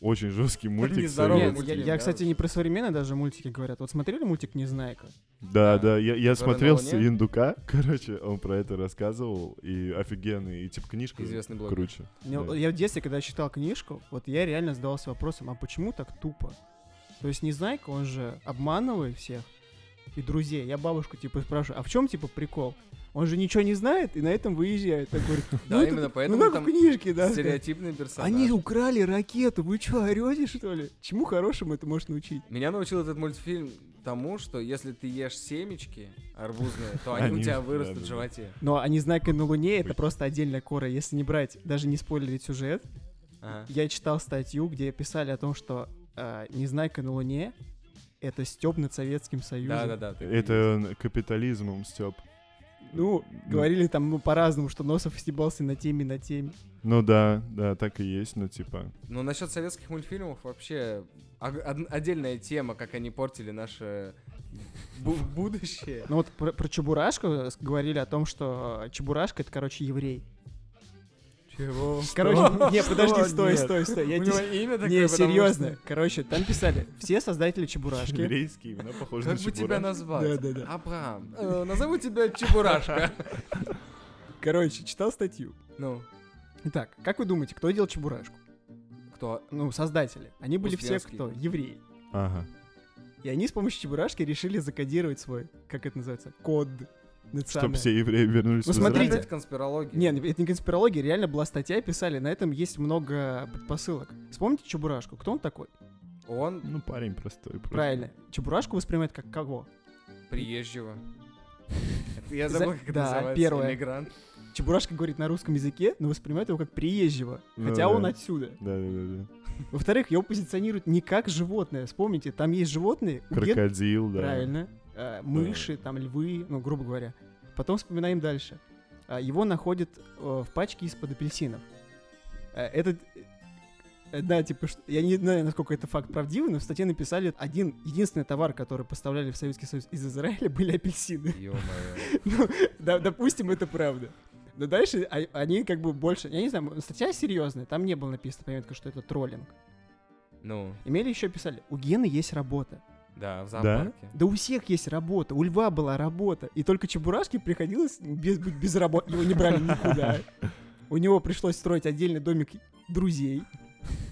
Очень жесткий мультик.
нездоровый
советский.
Нет, я,
мультфильм,
я,
да,
кстати,
вот.
не про современные даже мультики говорят. Вот смотрели мультик «Незнайка»?
Да,
Да.
да, я,
Который
я
на
смотрел
Луне?
с Индука, короче, он про это рассказывал, и офигенный, и типа книжка
Известный блогер.
круче.
Мне-
Да.
Я в детстве, когда читал книжку, вот я реально задавался вопросом, а почему так тупо? То есть Незнайка, он же обманывает всех и друзей. Я бабушку типа спрашиваю, а в чем типа прикол? Он же ничего не знает и на этом выезжает. Я говорю,
Да,
ну это-
именно
ну
поэтому
как
там
в книжке, да.
Стереотипный персонаж.
Они украли ракету, вы что, орете что ли? Чему хорошему это может научить?
Меня научил этот мультфильм тому, что если ты ешь семечки арбузные, то они у
Они-
тебя
да,
вырастут
да,
в
да.
животе.
Ну, а Незнайка на Луне это просто отдельная кора. Если не брать, даже не спойлерить сюжет,
Ага.
Я читал статью, где писали о том, что э, Незнайка на Луне это стёб над Советским Союзом.
Да-да-да. так и
Это он капитализмом, Степ.
Ну, говорили там ну, по-разному, что Носов стебался на теме, на теме.
Ну да, да, так и есть, но типа...
есть. Но насчет Ну, советских мультфильмов вообще ог- од- отдельная тема, как они портили наше бу- будущее.
Ну вот про, про Чебурашку с- говорили о том, что э, Чебурашка это, короче, еврей.
Чего?
Короче, не, подожди, стой, стой, стой. Я
У
тебе-
него имя такое,
Не,
потому
серьезно.
что-
Короче, там писали, все создатели Чебурашки.
Еврейские имена похожи
Как
на
бы тебя
чебурашки.
назвать?
Да-да-да.
Абрам. Э, Назову тебя Чебурашка.
Короче, читал статью.
Ну,
Итак, как вы думаете, кто делал Чебурашку?
кто?
Ну, создатели. Они были все
Успенский.
кто? Евреи.
Ага.
И они с помощью чебурашки решили закодировать свой, как это называется, код
Чтоб
национальный.
все евреи вернулись
Ну,
в
смотрите.
Израиль.
Опять конспирология.
Не, ну, это не конспирология, реально была статья, и писали, на этом есть много предпосылок. Вспомните Чебурашку, кто он такой?
Он
Ну, парень простой. просто.
Правильно, Чебурашку воспринимают как кого?
приезжего. Это Я
За-
забыл, как это
да,
называется.
первое.
Иммигрант.
Чебурашка говорит на русском языке, но воспринимают его как приезжего,
Ну
хотя он
да.
отсюда.
Да-да-да.
Во-вторых, его позиционируют не как животное, вспомните, там есть животные, у дед-
Крокодил, да.
Правильно. Э, мыши, там львы, ну, грубо говоря. Потом вспоминаем дальше. А, Его находят э, в пачке из-под апельсинов. Э, Этот... э, Да, типа, что- я не знаю, насколько это факт правдивый, но в статье написали один, единственный товар, который поставляли в Советский Союз из Израиля, были апельсины.
Ё-моё.
Ну, да- допустим, это правда. Но дальше а- они как бы больше... Я не знаю, статья серьезная, там не было написано, пометка, что это троллинг.
Ну,
Имели еще писали, у Гены есть работа.
да, в зоопарке.
Да у всех есть работа, у льва была работа, и только Чебурашке приходилось без, быть без работы, его не брали никуда. У него пришлось строить отдельный домик друзей.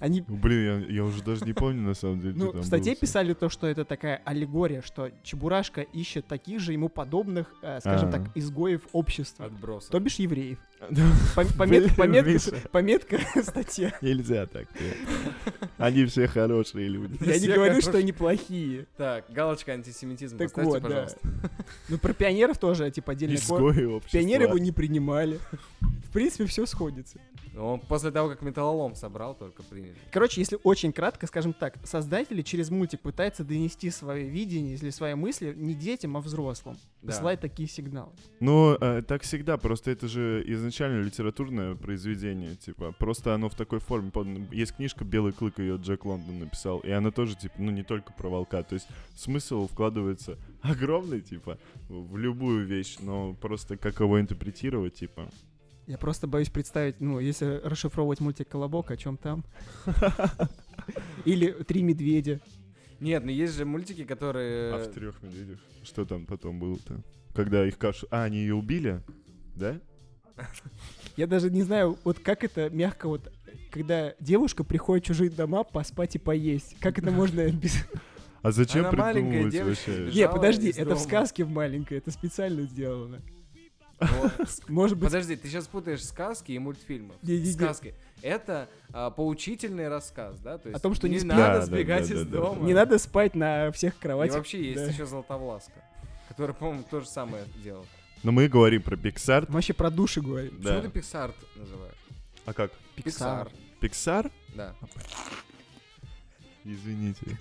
Они,
Ну, Блин, я, я уже даже не помню, на самом деле,
ну,
что там
в статье
было.
писали то, что это такая аллегория, что Чебурашка ищет таких же ему подобных, э, скажем так,
А.
изгоев общества.
Отбросы.
То бишь евреев.
Да.
Пом- помет-
Блин,
Пометка
Миша.
пометка статье.
Нельзя так. да. Они все хорошие люди.
Я не
Все
говорю,
хорошие.
что они плохие.
Так, галочка антисемитизма.
Так
Поставьте,
вот, да.
пожалуйста.
Ну, про пионеров тоже, типа, отдельный кор-
Изгои общества.
Пионеры его не принимали. В принципе, все сходится.
Он после того, как металлолом собрал, только приняли.
Короче, если очень кратко, скажем так, создатели через мультик пытаются донести свое видение или свои мысли не детям, а взрослым.
Да.
Посылать такие сигналы.
Ну, э, так всегда, просто это же изначально литературное произведение, типа, просто оно в такой форме подано. Есть книжка «Белый клык», ее Джек Лондон написал, и она тоже, типа, ну, не только про волка, то есть смысл вкладывается огромный, типа, в любую вещь, но просто как его интерпретировать, типа.
Я просто боюсь представить, ну, если расшифровывать мультик «Колобок», о чем там. Или «Три медведя».
Нет, но есть же мультики, которые...
А в трех медведях. Что там потом было-то? Когда их кашу... А, они ее убили? Да?
Я даже не знаю, вот как это мягко вот когда девушка приходит в чужие дома поспать и поесть. Как это можно без...
А зачем
Она маленькая
придумывать
девочка,
вообще?
бежит.
Не,
Бежала
подожди,
из
это в
дома.
сказке в маленькой, это специально сделано.
Ну, Вот.
Может быть,
Подожди, ты сейчас путаешь сказки и мультфильмы.
Не-не-не.
Сказки. Это а, поучительный рассказ, да? То есть
том, что не спи-
Да,
надо
да,
сбегать
да,
из
да, да.
дома.
не надо спать на всех
И
кроватях.
вообще есть
Да.
еще Золотовласка, которая, по-моему, то же самое делала.
Но Ну, мы говорим про Pixar.
Вообще про души говорим.
Почему
Да.
ты Пиксар называешь?
А как?
Пиксар.
Pixar?
Да.
Извините.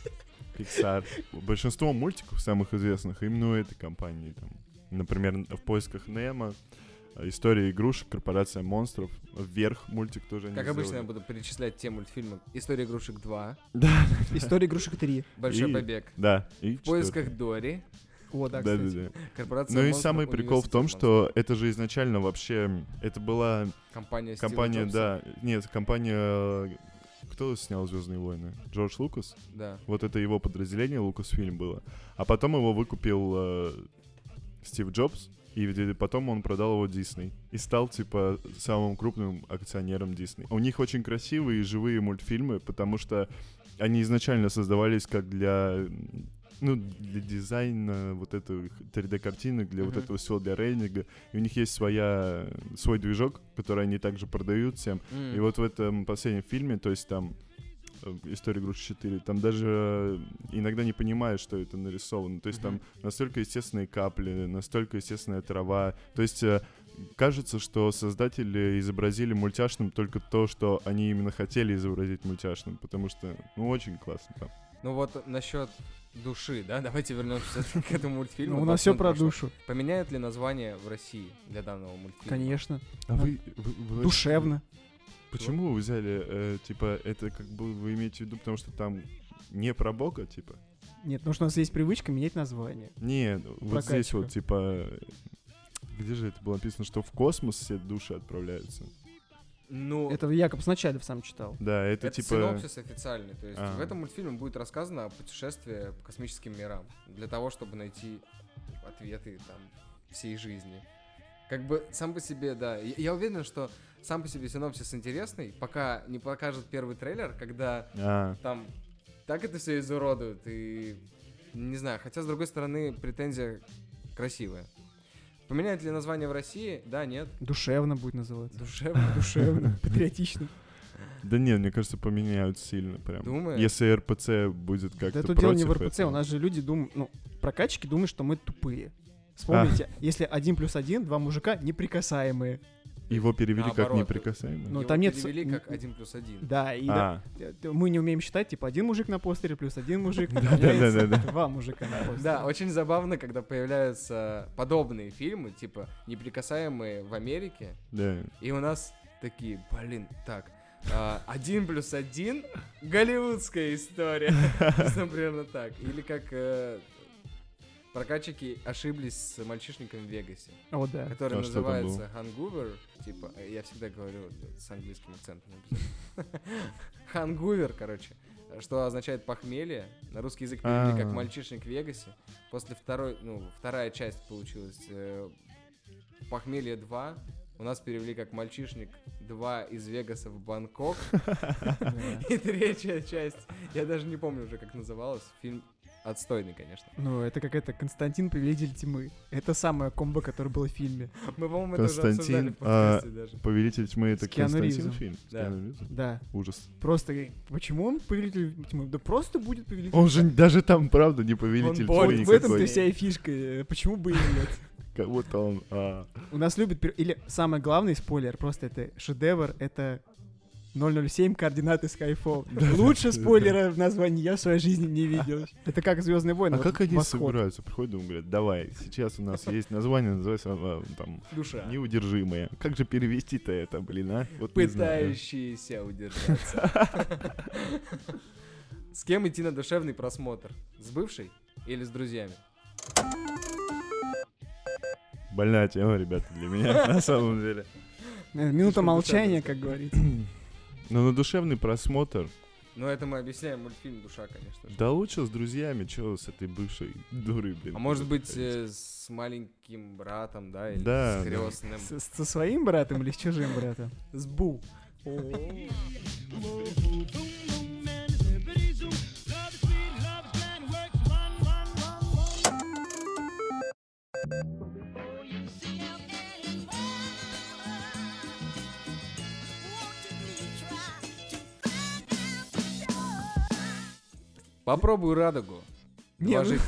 Pixar. Большинство мультиков самых известных именно у этой компании. Там, например, н- в поисках Немо, э, История игрушек, Корпорация монстров, Вверх мультик тоже они
Как обычно, я
сделали.
буду перечислять те мультфильмы. История игрушек 2,
История игрушек 3.
Большой
И-
побег,
Да. И
В поисках Дори,
О, да,
да,
кстати.
да, да.
Корпорация
Ну и
монстров,
самый прикол в
Университет
том,
монстров.
что это же изначально вообще... м, Это была
Компания Стива
компания,
Джобса.
да... Нет, компания... э, Кто снял Звездные войны? Джордж Лукас?
Да.
Вот это его подразделение Lucasfilm было. А потом его выкупил э, Стив Джобс, и в- потом он продал его Дисней. И стал, типа, самым крупным акционером Дисней. У них очень красивые и живые мультфильмы, потому что они изначально создавались как для м, ну, для дизайна вот этих 3D-картинок, для вот
Мгм.
этого всего, для рейдинга. И у них есть своя, свой движок, который они также продают всем.
М.
И вот в этом последнем фильме, то есть там э, История игрушек 4, там даже э, иногда не понимаешь, что это нарисовано. То есть там
Мгм.
настолько естественные капли, настолько естественная трава. То есть э, кажется, что создатели изобразили мультяшным только то, что они именно хотели изобразить мультяшным, потому что, ну, очень классно там.
Ну вот насчет души, да, давайте вернемся к этому мультфильму.
Ну, у
Вот
нас все
он
про
прошло.
душу.
Поменяют ли название в России для данного мультфильма?
Конечно.
А
вы- Душевно.
Почему вы взяли, э, типа, это как бы вы имеете в виду, потому что там не про Бога, типа?
Нет, потому что у нас есть привычка менять название.
Не, ну, вот здесь
Прокачка.
вот, типа, э, где же это было написано, что в космос все души отправляются?
Ну, это,
Это Якоб сначала сам читал.
Да, это, типа...
синопсис официальный. То есть
А.
в этом мультфильме будет рассказано о путешествии по космическим мирам. Для того, чтобы найти ответы там всей жизни. Как бы сам по себе, да. Я, я уверен, что сам по себе синопсис интересный, пока не покажет первый трейлер, когда
А,
там так это все изуродуют, и не знаю, хотя, с другой стороны, претензия красивая. Поменяют ли название в России? Да, нет.
Душевно будет называться.
Душевно.
Душевно, патриотично.
да нет, мне кажется, поменяют сильно прям.
Думаешь?
Если РПЦ будет как-то
Да тут дело не в
против
РПЦ,
этого.
у нас же люди думают, ну, прокачки думают, что мы тупые. Вспомните, если один плюс один, два мужика неприкасаемые.
Его перевели как
Наоборот.
неприкасаемый.
Ну,
Его
там нет с-
перевели как
н-
один плюс один.
Да, и да-
а,
э, мы не умеем считать, типа, один мужик на постере плюс один мужик,
да-да-да-да.
равняется два мужика на постере.
Да, очень забавно, когда появляются подобные фильмы, типа «Неприкасаемые в Америке»,
да.
и у нас такие, блин, так, а, один плюс один, голливудская история. То есть, Примерно так. Или как э, прокатчики ошиблись с мальчишником в Вегасе.
О, да.
который
А что там было?
называется Hangover, типа, э, я всегда говорю э, с английским акцентом. обязательно. Hangover, короче, что означает похмелье. На русский язык перевели как
А.
мальчишник в Вегасе. После второй, ну, вторая часть получилась э, Похмелье 2. У нас перевели как мальчишник 2 из Вегаса в Бангкок. И третья часть, я даже не помню уже, как называлась. Фильм отстойный, конечно.
Ну, это как это, Константин, повелитель тьмы. Это самая комбо, которая была в фильме.
Мы, по-моему, это уже обсуждали
Константин, а,
в подкасте даже.
Повелитель тьмы это
С Киану
Константин
Ривзом.
фильм. С
Да.
Киану Ривзом?
Да,
Ужас.
просто, э, почему он повелитель тьмы? Да просто будет повелитель
Он же даже там, правда, не повелитель
болен.
тьмы
Вот в этом-то
никакой.
вся и фишка. э, Почему бы и нет?
Как будто он... а,
У нас любят... пер- Или самый главный спойлер, просто это шедевр, это 007 координаты Skyfall. Лучше спойлера в названии я в своей жизни не видел. Это как Звездные войны.
А
вот
как они
восход.
собираются? Приходят, думают, говорят, давай, сейчас у нас есть название, называется а, там
Душа.
«Неудержимые». Как же перевести-то это, блин, а? Вот не знаю.
Пытающиеся удержаться. С кем идти на душевный просмотр? С бывшей или с друзьями?
Больная тема, ребята, для меня, на самом деле.
Э, Минута
Слишком
молчания,
душевно.
как говорится.
Но на душевный просмотр,
Ну, это мы объясняем мультфильм «Душа», конечно же.
да лучше с друзьями, чё с этой бывшей дурой, блин.
А может быть, э, с маленьким братом, да, или
Да,
с
да.
крестным.
С- Со своим братом или с чужим братом? С Бу.
Попробуй радугу.
Не,
Два
ну-
жи-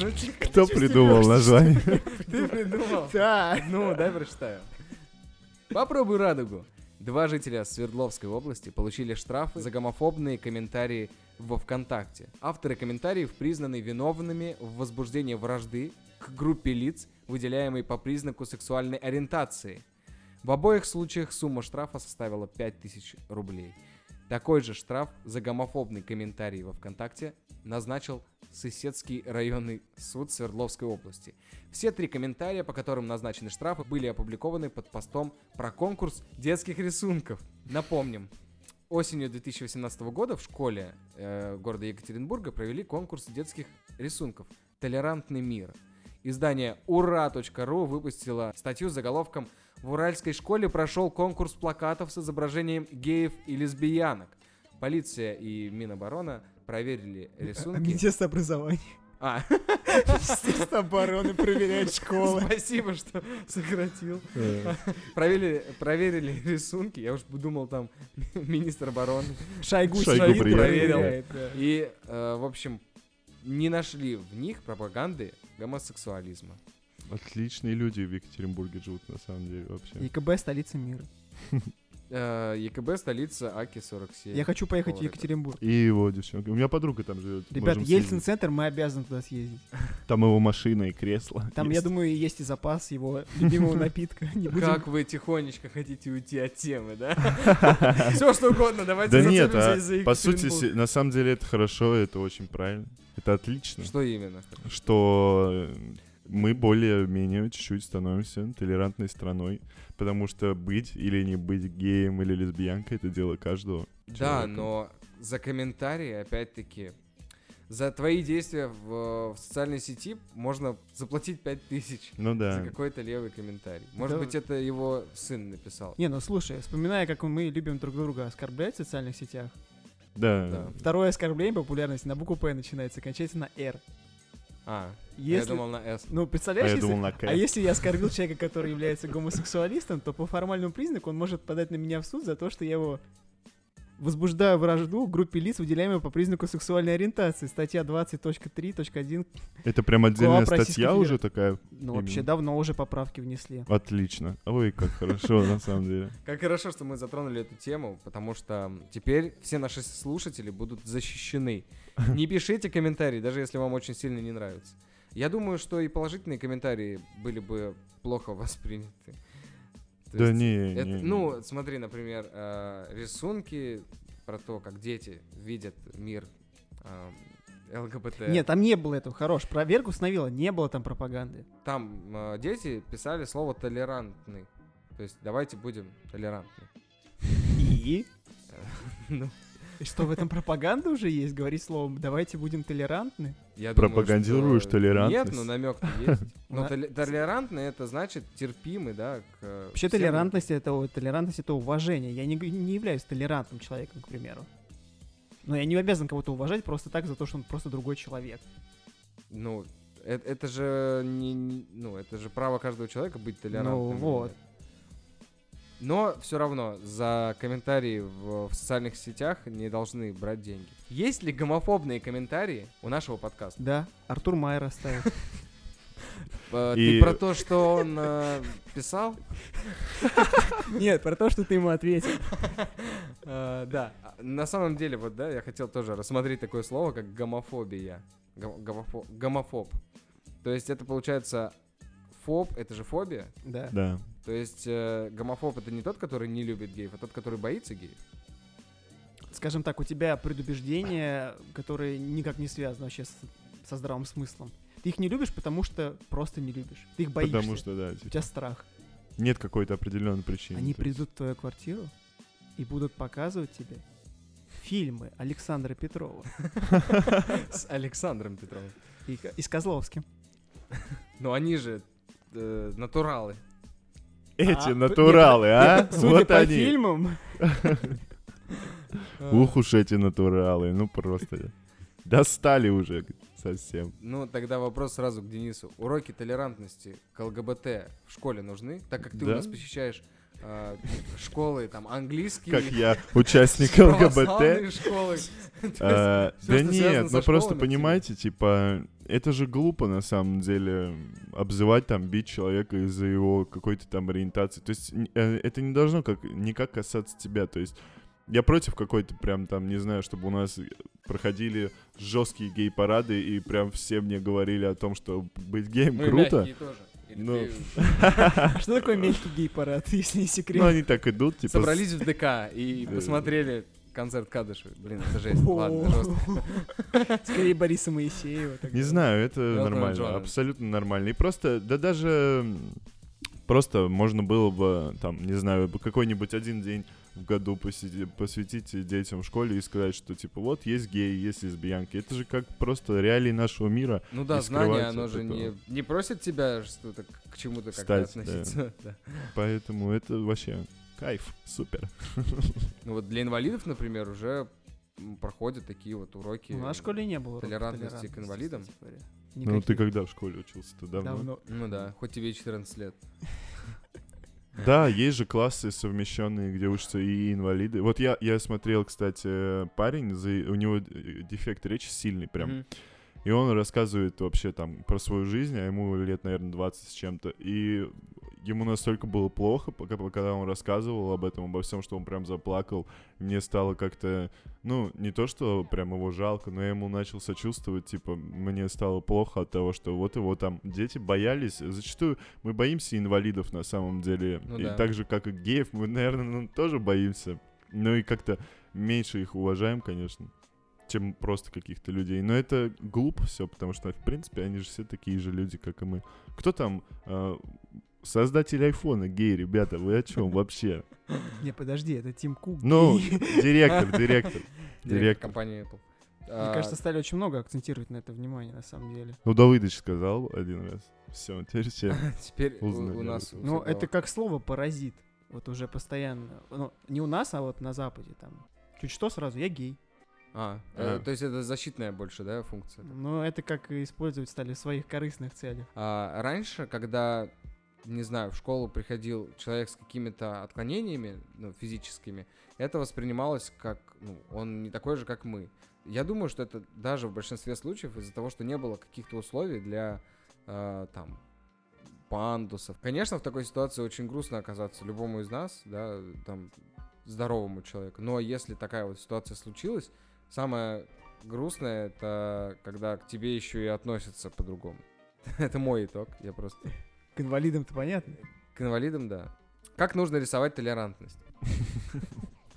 Ну, тихо,
Кто
э, Чё
придумал
стебёшься?
название?
ты придумал.
Да.
Ну, дай прочитаю. Попробуй радугу. Два жителя Свердловской области получили штрафы за гомофобные комментарии во ВКонтакте. Авторы комментариев признаны виновными в возбуждении вражды к группе лиц, выделяемой по признаку сексуальной ориентации. В обоих случаях сумма штрафа составила 5000 рублей. Такой же штраф за гомофобный комментарий во ВКонтакте назначил Сысецкий районный суд Свердловской области. Все три комментария, по которым назначены штрафы, были опубликованы под постом про конкурс детских рисунков. Напомним, осенью 2018 года в школе э, города Екатеринбурга провели конкурс детских рисунков «Толерантный мир». Издание «Ура.ру» выпустило статью с заголовком «В уральской школе прошел конкурс плакатов с изображением геев и лесбиянок». Полиция и Миноборона проверили
А
рисунки.
Министерство образования.
А,
Министерство обороны проверяет школы.
спасибо, что сократил. Проверили, проверили рисунки, я уж думал там министр обороны.
Шойгу,
Шойгу
сидит,
приехал,
проверяет, да.
И, э, в общем, не нашли в них пропаганды гомосексуализма.
Отличные люди в Екатеринбурге живут, на самом деле, вообще.
ЕКБ столица мира.
Э, ЕКБ столица А АКИ-47.
Я хочу поехать в
Положи.
Екатеринбург.
И его девчонка. У меня подруга там живет.
Ребят, Ельцин-центр, мы обязаны туда съездить.
Там его машина и кресло.
Там, я
есть.
думаю, и есть и запас его любимого напитка. Не будем...
Как вы тихонечко хотите уйти от темы, да? Все что угодно, давайте
Да нет,
зацепимся
а
из-за
по сути,
Екатеринбурга.
се- на самом деле это хорошо, это очень правильно. Это отлично,
Что именно?
что э, мы более-менее чуть-чуть становимся толерантной страной, потому что быть или не быть геем или лесбиянкой — это дело каждого.
Да,
человека.
но за комментарии, опять-таки, за твои действия в, в социальной сети можно заплатить 5000
Ну
за
да.
какой-то левый комментарий. Может
Да.
быть, это его сын написал.
Не, ну слушай, вспоминая, как мы любим друг друга оскорблять в социальных сетях,
Да.
Да. А
второе оскорбление популярности на букву «П» начинается, кончается на «Р».
А, я
Если-
думал на С.
Ну,
А
представляешь,
я
если-
думал на
А
К.
если я оскорбил человека, который является гомосексуалистом, то по формальному признаку он может подать на меня в суд за то, что я его возбуждаю вражду в группе лиц, выделяемой по признаку сексуальной ориентации. Статья 20.3.1.
Это прям отдельная
Коап Российской
статья уже такая?
Ну, вообще
Именно.
давно уже поправки внесли.
Отлично. Ой, как хорошо, на самом деле.
Как хорошо, что мы затронули эту тему, потому что теперь все наши слушатели будут защищены. Не пишите комментарии, даже если вам очень сильно не нравится. Я думаю, что и положительные комментарии были бы плохо восприняты. То
Да
есть
не,
это-
не, не.
ну, смотри, например, э, рисунки про то, как дети видят мир э, ЛГБТ.
Нет, там не было этого. Хорош. Проверку установила, не было там пропаганды.
Там э, дети писали слово толерантный. То есть давайте будем толерантны.
И?
Ну,
И Что, в этом пропаганда уже есть? Говорить словом «давайте будем толерантны».
Я
Пропагандируешь толерантность?
Нет, но намек есть. Но
Да.
толе- толерантный это значит терпимый, да, к э,
Вообще
всем.
толерантность это, у- толерантность это уважение. Я не, г- не являюсь толерантным человеком, к примеру. Но я не обязан кого-то уважать просто так за то, что он просто другой человек.
Ну, э- это, же не, не- ну, это же право каждого человека быть толерантным. или
вот.
нет. Но все равно за комментарии в, в социальных сетях не должны брать деньги. Есть ли гомофобные комментарии у нашего подкаста?
Да, Артур Майер оставил.
Э, Ты
И-
про то, что он э, писал?
Нет, про то, что ты ему ответил.
Э, Да. А, На самом деле, вот, да, я хотел тоже рассмотреть такое слово, как гомофобия. Го- гомофо- Гомофоб. То есть это получается фоб, это же фобия.
Да.
Да.
То есть э, гомофоб это не тот, который не любит геев, а тот, который боится геев.
Скажем так, у тебя предубеждения, которые никак не связаны вообще с- со здравым смыслом. Ты их не любишь, потому что просто не любишь. Ты их боишься.
Потому что, да,
У
типа,
тебя страх.
нет какой-то определенной причины.
Они
То есть-
придут в твою квартиру и будут показывать тебе фильмы Александра Петрова
С Александром Петровым.
и, и с Козловским.
Но Ну, они же э, натуралы.
Эти
А,
натуралы, а?
Судя
Вот
по
они.
фильмам,
Ух уж эти натуралы, ну просто. Достали уже совсем.
Ну, тогда вопрос сразу к Денису. Уроки толерантности к ЛГБТ в школе нужны? Так как ты у
Да.
нас посещаешь э, школы, там, английский,
Как я, участник ЛГБТ.
православные школы.
А,
всё,
Да
что связано
нет,
со
ну просто
школами,
понимаете, типа, это же глупо на самом деле обзывать там, бить человека из-за его какой-то там ориентации. То есть н- э, это не должно как, никак касаться тебя. То есть я против какой-то прям там, не знаю, чтобы у нас проходили жесткие гей-парады и прям все мне говорили о том, что быть геем
Ну, и
круто.
мягкие тоже. Или
Ну,
ты
а что такое мягкий гей-парад, если не
Ну,
секрет?
они так идут, типа... с-
собрались в ДК и
Да.
посмотрели концерт Кадышева. Блин, это жесть. Ну, Ладно,
О.
жестко.
Скорее Бориса Моисеева. тогда.
Не знаю, это
Элтона
нормально,
Джона.
абсолютно нормально. И просто, да даже м, просто можно было бы, там, не знаю, бы какой-нибудь один день в году посети- посвятить детям в школе и сказать, что типа вот есть геи, есть лесбиянки. Это же как просто реалии нашего мира.
Ну да,
И
знание,
скрывать
оно
от
же не,
этого.
не просит тебя что-то к- к чему-то как-то
Стать, да.
относиться. Да.
Поэтому это вообще кайф, супер.
Ну вот для инвалидов, например, уже м, проходят такие вот уроки.
У нас в школе не было. уроков
толерантности к инвалидам?
кстати говоря.
Ну ты
Никаких.
когда в школе учился-то? Давно?
Давно.
Ну да, хоть тебе и 14 лет.
Да, есть же классы совмещенные, где учатся и инвалиды. Вот я, я смотрел, кстати, парень, за- у него э, дефект речи сильный прям.
Мгм.
И он рассказывает вообще там про свою жизнь, а ему лет, наверное, 20 с чем-то. И ему настолько было плохо, пока, когда он рассказывал об этом, обо всем, что он прям заплакал. Мне стало как-то, ну, не то, что прям его жалко, но я ему начал сочувствовать, типа, мне стало плохо от того, что вот его там дети боялись. Зачастую мы боимся инвалидов на самом деле.
Ну
и
да.
так же, как и геев, мы, наверное, ну, тоже боимся. Ну и как-то меньше их уважаем, конечно чем просто каких-то людей. Но это глупо все, потому что, в принципе, они же все такие же люди, как и мы. Кто там? э, создатель айфона, гей, ребята, вы о чем вообще?
Не, подожди, это Тим Кук.
Ну,
И-
директор, директор.
Директор
Директор.
компании Apple. а
Мне кажется, стали очень много акцентировать на это внимание, на самом деле.
Ну, Давыдыч сказал один раз. Все, теперь все.
теперь у-
узнали
у нас...
это.
у
Ну,
всякого-
это как слово паразит. Вот уже постоянно. Ну, не у нас, а вот на Западе там. Чуть что сразу, я гей.
А, э,
А.
то есть это защитная больше, да, функция?
Но это как и использовать стали в своих корыстных целях.
А раньше, когда, не знаю, в школу приходил человек с какими-то отклонениями, ну, физическими, это воспринималось как, ну, он не такой же, как мы. Я думаю, что это даже в большинстве случаев из-за того, что не было каких-то условий для, э, там, пандусов. Конечно, в такой ситуации очень грустно оказаться любому из нас, да, там, здоровому человеку. Но если такая вот ситуация случилась, самое грустное это когда к тебе еще и относятся по-другому. Это мой итог. Я просто...
К инвалидам-то понятно.
К инвалидам, да. Как нужно рисовать толерантность?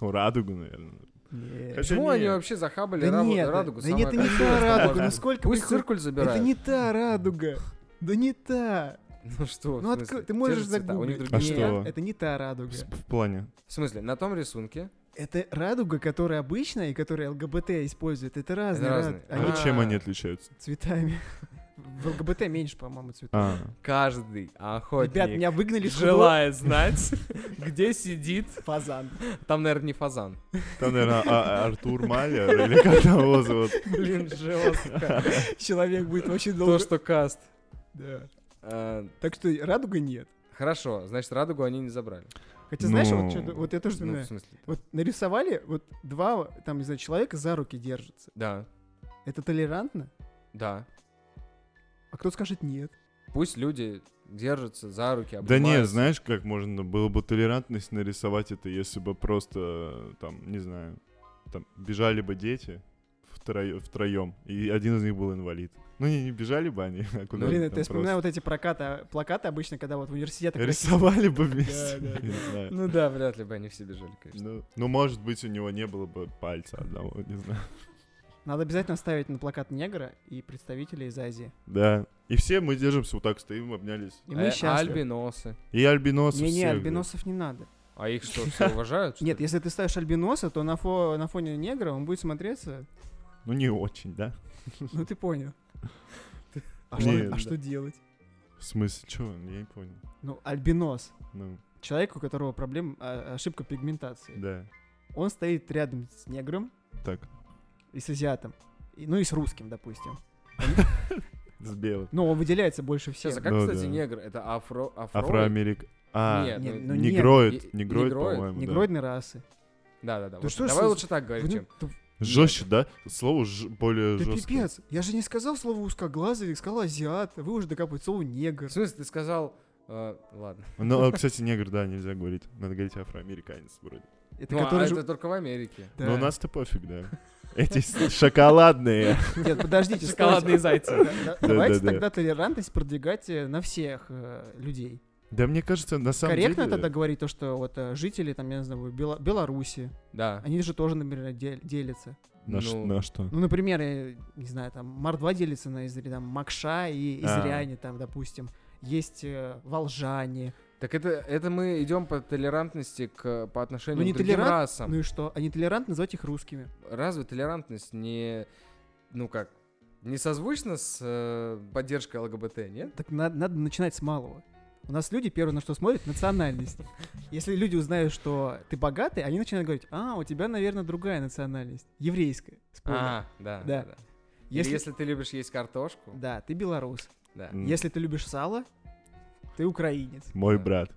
Ну, радугу, наверное.
Нет.
Хотя
Почему
нет.
они вообще захабали
Да
рабу-
нет,
радугу?
да
Самое
нет, это не
красивое,
та
что
радуга,
можно.
ну сколько
Пусть
приход-
циркуль забирают.
Это не та радуга. Да не та.
Ну что, в
Ну,
смысле?
открой, ты
Те же
можешь
цвета, у них другие
загуглить.
А
Нет,
цвета.
что?
Это не та радуга.
В в плане.
В смысле, на том рисунке...
Это радуга, которая обычная и которая ЛГБТ использует. Это разные,
разные.
рад-
А.
Они
А чем они отличаются?
цветами. В ЛГБТ меньше, по-моему, цветов.
А,
Каждый охотник
Ребят, меня А выгнали с худо-
желает знать, где сидит...
фазан.
Там, наверное, не фазан.
там, наверное, Артур Малер или как там его зовут?
Блин, жестко.
Человек будет очень долго.
То, что каст.
Да.
Э,
Так что радуга нет.
Хорошо, значит, радугу они не забрали.
Хотя, знаешь,
Ну,
вот, что, вот я
Ну, в
тоже вспоминаю.
смысле,
Вот нарисовали, вот два, там, не знаю, человека за руки держатся.
да,
Это толерантно?
да.
А кто скажет нет?
Пусть люди держатся за руки,
Да не,
обнимаются.
знаешь, как можно было бы толерантность нарисовать это, если бы просто, э, там, не знаю, там, бежали бы дети втроем, втроем и один из них был инвалид. Ну, не, не бежали бы они, а куда
Блин,
они
это
там
я вспоминаю
просто
вот эти прокаты, а, плакаты обычно, когда вот в университетах...
Рисовали бы вместе.
Да, да,
не знаю.
Ну да, вряд ли бы они все бежали, конечно.
Ну, ну, может быть, у него не было бы пальца одного, не знаю.
Надо обязательно ставить на плакат негра и представителей из Азии.
Да. И все мы держимся вот так, стоим, обнялись.
И мы
Э,
счастливы.
Альбиносы.
И альбиносов
Не-не,
всех, да.
альбиносов не надо.
А их что, все уважают? что
Нет,
ли?
если ты ставишь альбиноса, то на, фо- на фоне негра он будет смотреться...
Ну, не очень, да?
Ну ты понял. А
Блин,
что-
да.
а что делать?
В смысле, что? Я не понял.
Ну, альбинос.
Ну,
Человек, у которого проблем, а, ошибка пигментации.
да.
Он стоит рядом с негром
Так,
и с азиатом. И- ну и с русским, допустим.
с белым.
Но он выделяется больше всех.
Сейчас, а как,
Ну
кстати,
да.
негр? Это афро... афро-
Афроамерик. А,
Нет,
Нет,
ну,
ну
не
нет,
негроид,
не-
негроид,
негроид,
по-моему, да.
негроидной расы.
Да-да-да.
Ты
вот.
что,
Давай
что-
лучше так
Вы,
говорить,
ну,
чем...
да-
Жестче, да? Слово ж- более
да
жестко.
пипец, я же не сказал слово узкоглазый, я сказал азиат, а вы уже докапываете слово негр.
В смысле, ты сказал... э, Ладно.
Ну, а, кстати, негр, да, нельзя говорить. Надо говорить афроамериканец вроде.
Это
Ну, а
который
это
же...
только в Америке.
Да.
Но у нас-то пофиг, да. Эти с- шоколадные.
Нет, подождите,
Шоколадные
стойте.
зайцы,
Да- Давайте
Да-да-да.
тогда толерантность продвигать э, на всех э, людей.
Да мне кажется, на самом деле...
Корректно тогда говорить то, что вот э, жители, там, я не знаю, Бела- Беларуси,
Да.
они же тоже, например, дел- делятся.
На ш-
Ну,
на что?
Ну, например, я не знаю, там, Мар-2 делится на изри- там, Макша и
А.
Изряне, там, допустим. Есть э, Волжане.
Так это, это мы идем по толерантности к, по отношению
Ну, не
к другим
толерант-
расам.
Ну и что? Они толерантны называть их русскими.
Разве толерантность не... Ну как? Не созвучна с э, поддержкой ЛГБТ, нет?
Так на- надо, начинать с малого. У нас люди первое, на что смотрят, национальность. Если люди узнают, что ты богатый, они начинают говорить, а, у тебя, наверное, другая национальность. Еврейская. с поля».
А, да.
Да.
да. Или
Если-
Если... ты любишь есть картошку,
Да, ты белорус.
да.
М.
Если ты любишь сало, ты украинец.
Мой
Да.
брат.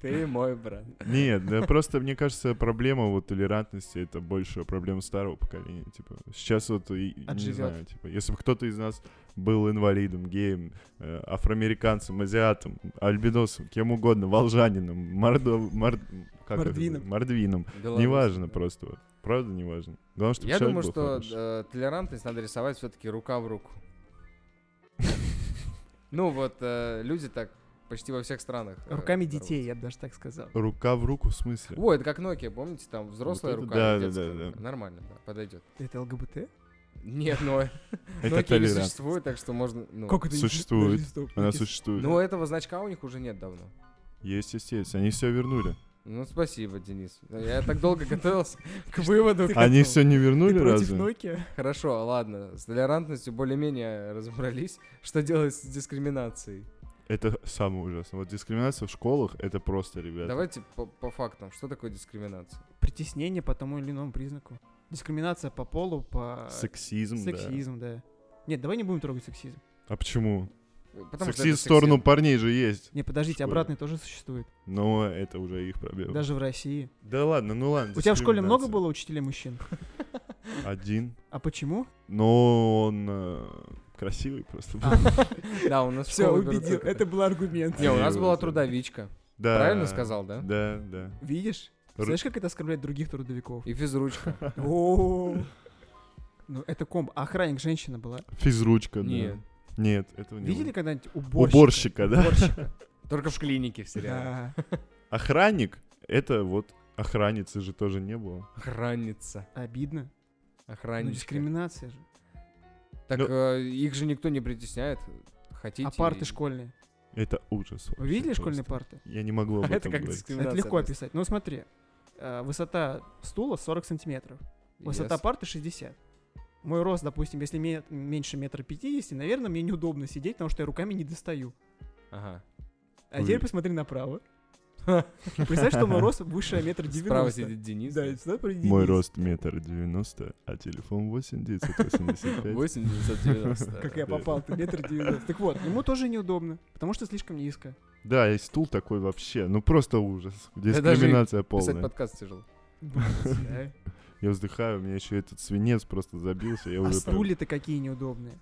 Ты мой брат.
Нет, да просто мне кажется, проблема вот толерантности это больше проблема старого поколения. Типа, сейчас вот и- и не
Отживёт.
знаю, типа, если бы кто-то из нас был инвалидом, геем, э, афроамериканцем, азиатом, альбиносом, кем угодно, волжанином, мордо, мор- как это
Мордвином.
было? мордвином.
Беларусь.
Неважно просто. Вот. Правда, неважно. Главное, чтобы
Я
человек
думаю,
был
что
хороший.
э, толерантность надо рисовать все-таки рука в руку. Ну вот, э, люди так почти во всех странах. э,
Руками
здороваются.
детей, я бы даже так сказал.
Рука в руку в смысле?
О, это как Nokia, помните, там взрослая
это
рука.
да,
и
да,
детская
да,
рука.
да.
Нормально, да, подойдет.
Это ЛГБТ?
Нет, но
ну
Nokia
это
не
толерантность.
существует, так что можно... ну.
Как это не
существует.
Подожди, стоп,
Она
Никит.
существует.
Ну, этого значка у них уже нет давно.
Есть, есть, есть. Они все вернули.
Ну, спасибо, Денис. Я так долго готовился к выводу.
Они
какому.
все не
Ты
вернули
против
разве?
Nokia?
Хорошо, ладно. С толерантностью более-менее разобрались. Что делать с дискриминацией?
Это самое ужасное. Вот дискриминация в школах, это просто, ребята.
Давайте по, по фактам. Что такое дискриминация?
Притеснение по тому или иному признаку. Дискриминация по полу, по...
Сексизм, да.
а, Сексизм, да. Нет, давай не будем трогать сексизм.
А почему?
Потому что
Сексизм
это
в сторону
сексизм.
парней же есть.
Не, подождите,
Школе.
обратный тоже существует.
Но это уже их проблема.
Даже в России.
Да ладно, ну ладно.
У тебя в школе много
дискриминация.
было учителей мужчин?
Один.
А почему?
Но он э, красивый просто был.
Да, у нас
Все,
школы берут
убедил.
только-
Это был аргумент.
Не, у нас
Они
была
берут-
трудовичка.
Да.
Правильно сказал, да?
Да, да.
Видишь?
Ру-
Знаешь, как это оскорбляет других трудовиков?
И физручка.
О. Ну, это комбо. А Охранник женщина была.
Физручка, да.
Нет.
Нет, этого не
Видели
было.
когда-нибудь уборщика?
Уборщика, да?
Уборщика. Только в клинике в сериале.
Да.
Охранник, это вот охранницы же тоже не было.
Охранница.
Обидно. Ну,
Охранничка.
дискриминация же.
Так
Ну-
э, их же никто не притесняет. Хотите...
А парты
и-
школьные?
Это ужас.
Вы
вообще
видели
просто.
школьные парты?
Я не могу об
Это
этом
как
говорить.
Это
дискриминация.
легко
относится.
описать. Ну, смотри. э, Высота стула 40 сантиметров. Высота
Yes.
парты 60. Мой рост, допустим, если ме- меньше метра пятидесяти, наверное, мне неудобно сидеть, потому что я руками не достаю.
Ага.
А теперь
Ой.
посмотри направо. Представь, что мой рост выше метра
Справа
девяносто.
сидит Денис.
Да, и сюда пройди
Мой
вниз.
рост метр девяносто, а телефон восемь девятьсот восемьдесят пять.
8990.
Как я попал, ты метр девяносто. Так вот, ну, ему тоже неудобно, потому что слишком низко.
Да, и стул такой вообще, ну просто ужас.
даже
Дискриминация
Писать
полная.
подкаст тяжело.
Я вздыхаю, у меня еще этот свинец просто забился. Я
А
уже прям-
стулья-то какие неудобные.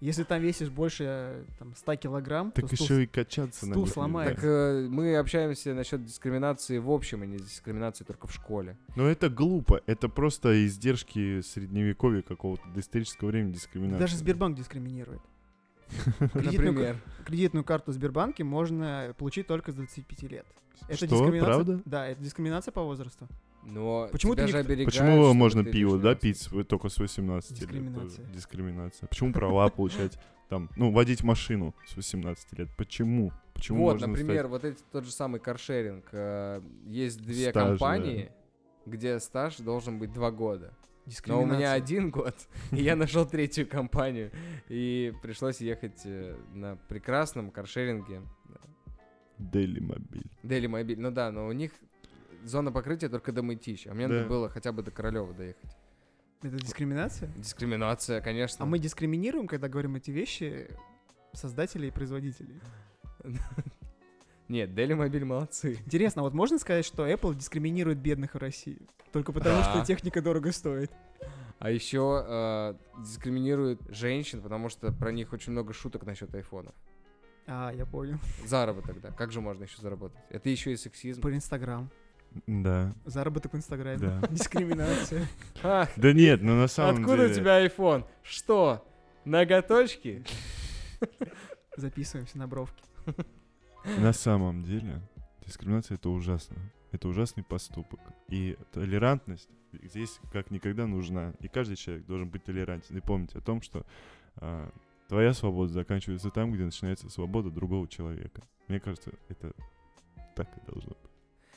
Если там весишь больше э, там, 100 килограмм,
Так
то стул-
еще и качаться на
стул
них
сломает.
Так
нельзя.
э, мы общаемся насчет дискриминации в общем, а не дискриминации только в школе.
э,
Но это глупо. Это просто издержки средневековья какого-то доисторического времени дискриминации.
даже Сбербанк дискриминирует. Кредитную, ка-
Например.
кредитную карту в Сбербанке можно получить только с 25 лет.
Что?
дискриминация.
Правда?
Да, это дискриминация по возрасту.
Но
Почему
тебя
ты
же
никто-
оберегают,
Почему
чтобы
можно
ты
пиво,
лишний
да,
раз-
пить с- только с 18 лет?
Дискриминация.
тоже? Дискриминация. Почему права получать? Там, ну, водить машину с 18 лет. Почему? Почему
вот,
можно
например,
стать-
вот эти тот же самый каршеринг. э, Есть две
Стаж,
компании, где стаж должен быть два года. Но у
Дискриминация.
меня один год, и я нашел третью компанию, и пришлось ехать э, на прекрасном каршеринге
Daily Mobile?
Дели Мобиль. Ну да, но у них зона покрытия только до Мытища, а мне
Да.
надо было хотя бы до Королева доехать.
Это дискриминация?
Дискриминация, конечно.
А мы дискриминируем, когда говорим эти вещи создателей и производителей.
Нет, Дели Мобиль молодцы.
Интересно, а вот можно сказать, что Apple дискриминирует бедных в России? Только потому,
Да.
что техника дорого стоит.
А еще э, дискриминируют женщин, потому что про них очень много шуток насчет айфона.
А, я понял.
Заработок, да. Как же можно еще заработать? Это еще и сексизм.
Про Инстаграм.
Да,
Заработок в Инстаграме.
да.
Дискриминация.
Ха,
Да нет, ну на самом
откуда
деле...
у тебя айфон? Что? Ноготочки?
Записываемся на бровки.
На самом деле, дискриминация это ужасно. Это ужасный поступок. И толерантность здесь как никогда нужна. И каждый человек должен быть толерантен. И помните о том, что а, твоя свобода заканчивается там, где начинается свобода другого человека. Мне кажется, это так и должно быть.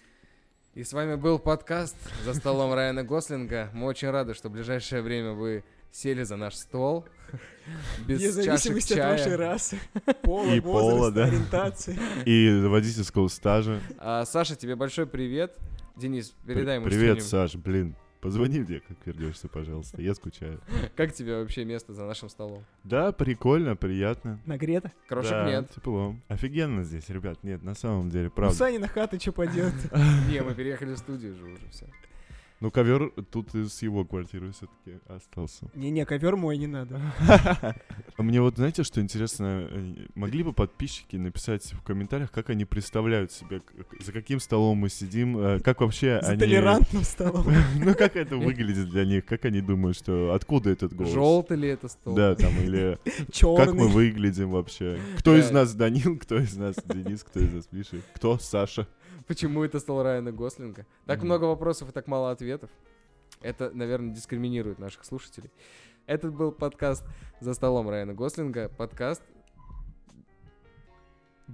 И с вами был подкаст «За столом Райана Гослинга». Мы очень рады, что в ближайшее время вы сели за наш стол.
Вне
Без чашек
зависимости от
чая.
вашей расы, пола,
И пола,
возраста,
да.
ориентации.
И водительского стажа.
А, Саша, тебе большой привет. Денис, передай ему,
Привет,
что
Саш, блин. Позвони мне, как вернешься, пожалуйста. Я скучаю.
ним- Как тебе вообще место за нашим столом?
Да, прикольно, приятно.
Нагрето.
Крошек
Да,
нет.
Тепло. Офигенно здесь, ребят. Нет, на самом деле,
Ну,
правда.
Саня на хаты что поделать?
Не, мы переехали в студию же уже все.
Ну, ковер тут из его квартиры все-таки остался. А
Не-не, ковер мой не надо.
Мне вот, знаете, что интересно, э, могли бы подписчики написать в комментариях, как они представляют себе, к- за каким столом мы сидим, э, как вообще
За
они...
толерантным столом.
Ну, как это выглядит для них, как они думают, что откуда этот голос?
Желтый ли это стол?
Да, там, или как мы
Черный.
выглядим вообще. Кто из
Да.
нас Данил, кто из нас Денис, кто из нас Миша, кто Саша.
Почему это стол Райана Гослинга? Так
Мгм.
много вопросов и так мало ответов. Это, наверное, дискриминирует наших слушателей. Этот был подкаст «За столом Райана Гослинга». Подкаст...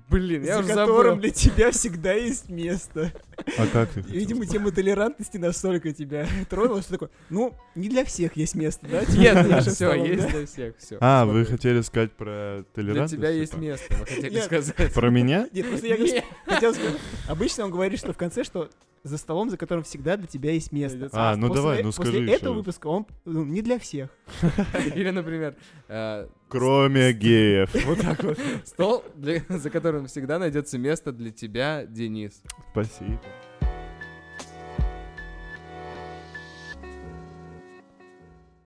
Блин, я
За
уже
которым
забыл.
для тебя всегда есть место.
А как ты?
И, Видимо, тема толерантности настолько тебя тронула, что такое, ну, не для всех есть место, да? тебе
Нет,
за
нет,
нашим
все,
столом,
есть
да?
для всех, все.
А, вы хотели сказать про
Для
толерантность?
тебя есть
типа?
место, вы хотели
Нет.
сказать.
Про меня?
Нет, просто я
Нет.
хотел сказать, обычно он говорит, что в конце, что за столом, за которым всегда для тебя есть место.
А, ну
после-
давай, ну скажи
После
еще
этого
раз.
выпуска он ну, не для всех.
Или, например, э,
Кроме геев. Вот так вот.
стол, для- за которым всегда найдется место для тебя, Денис.
Спасибо.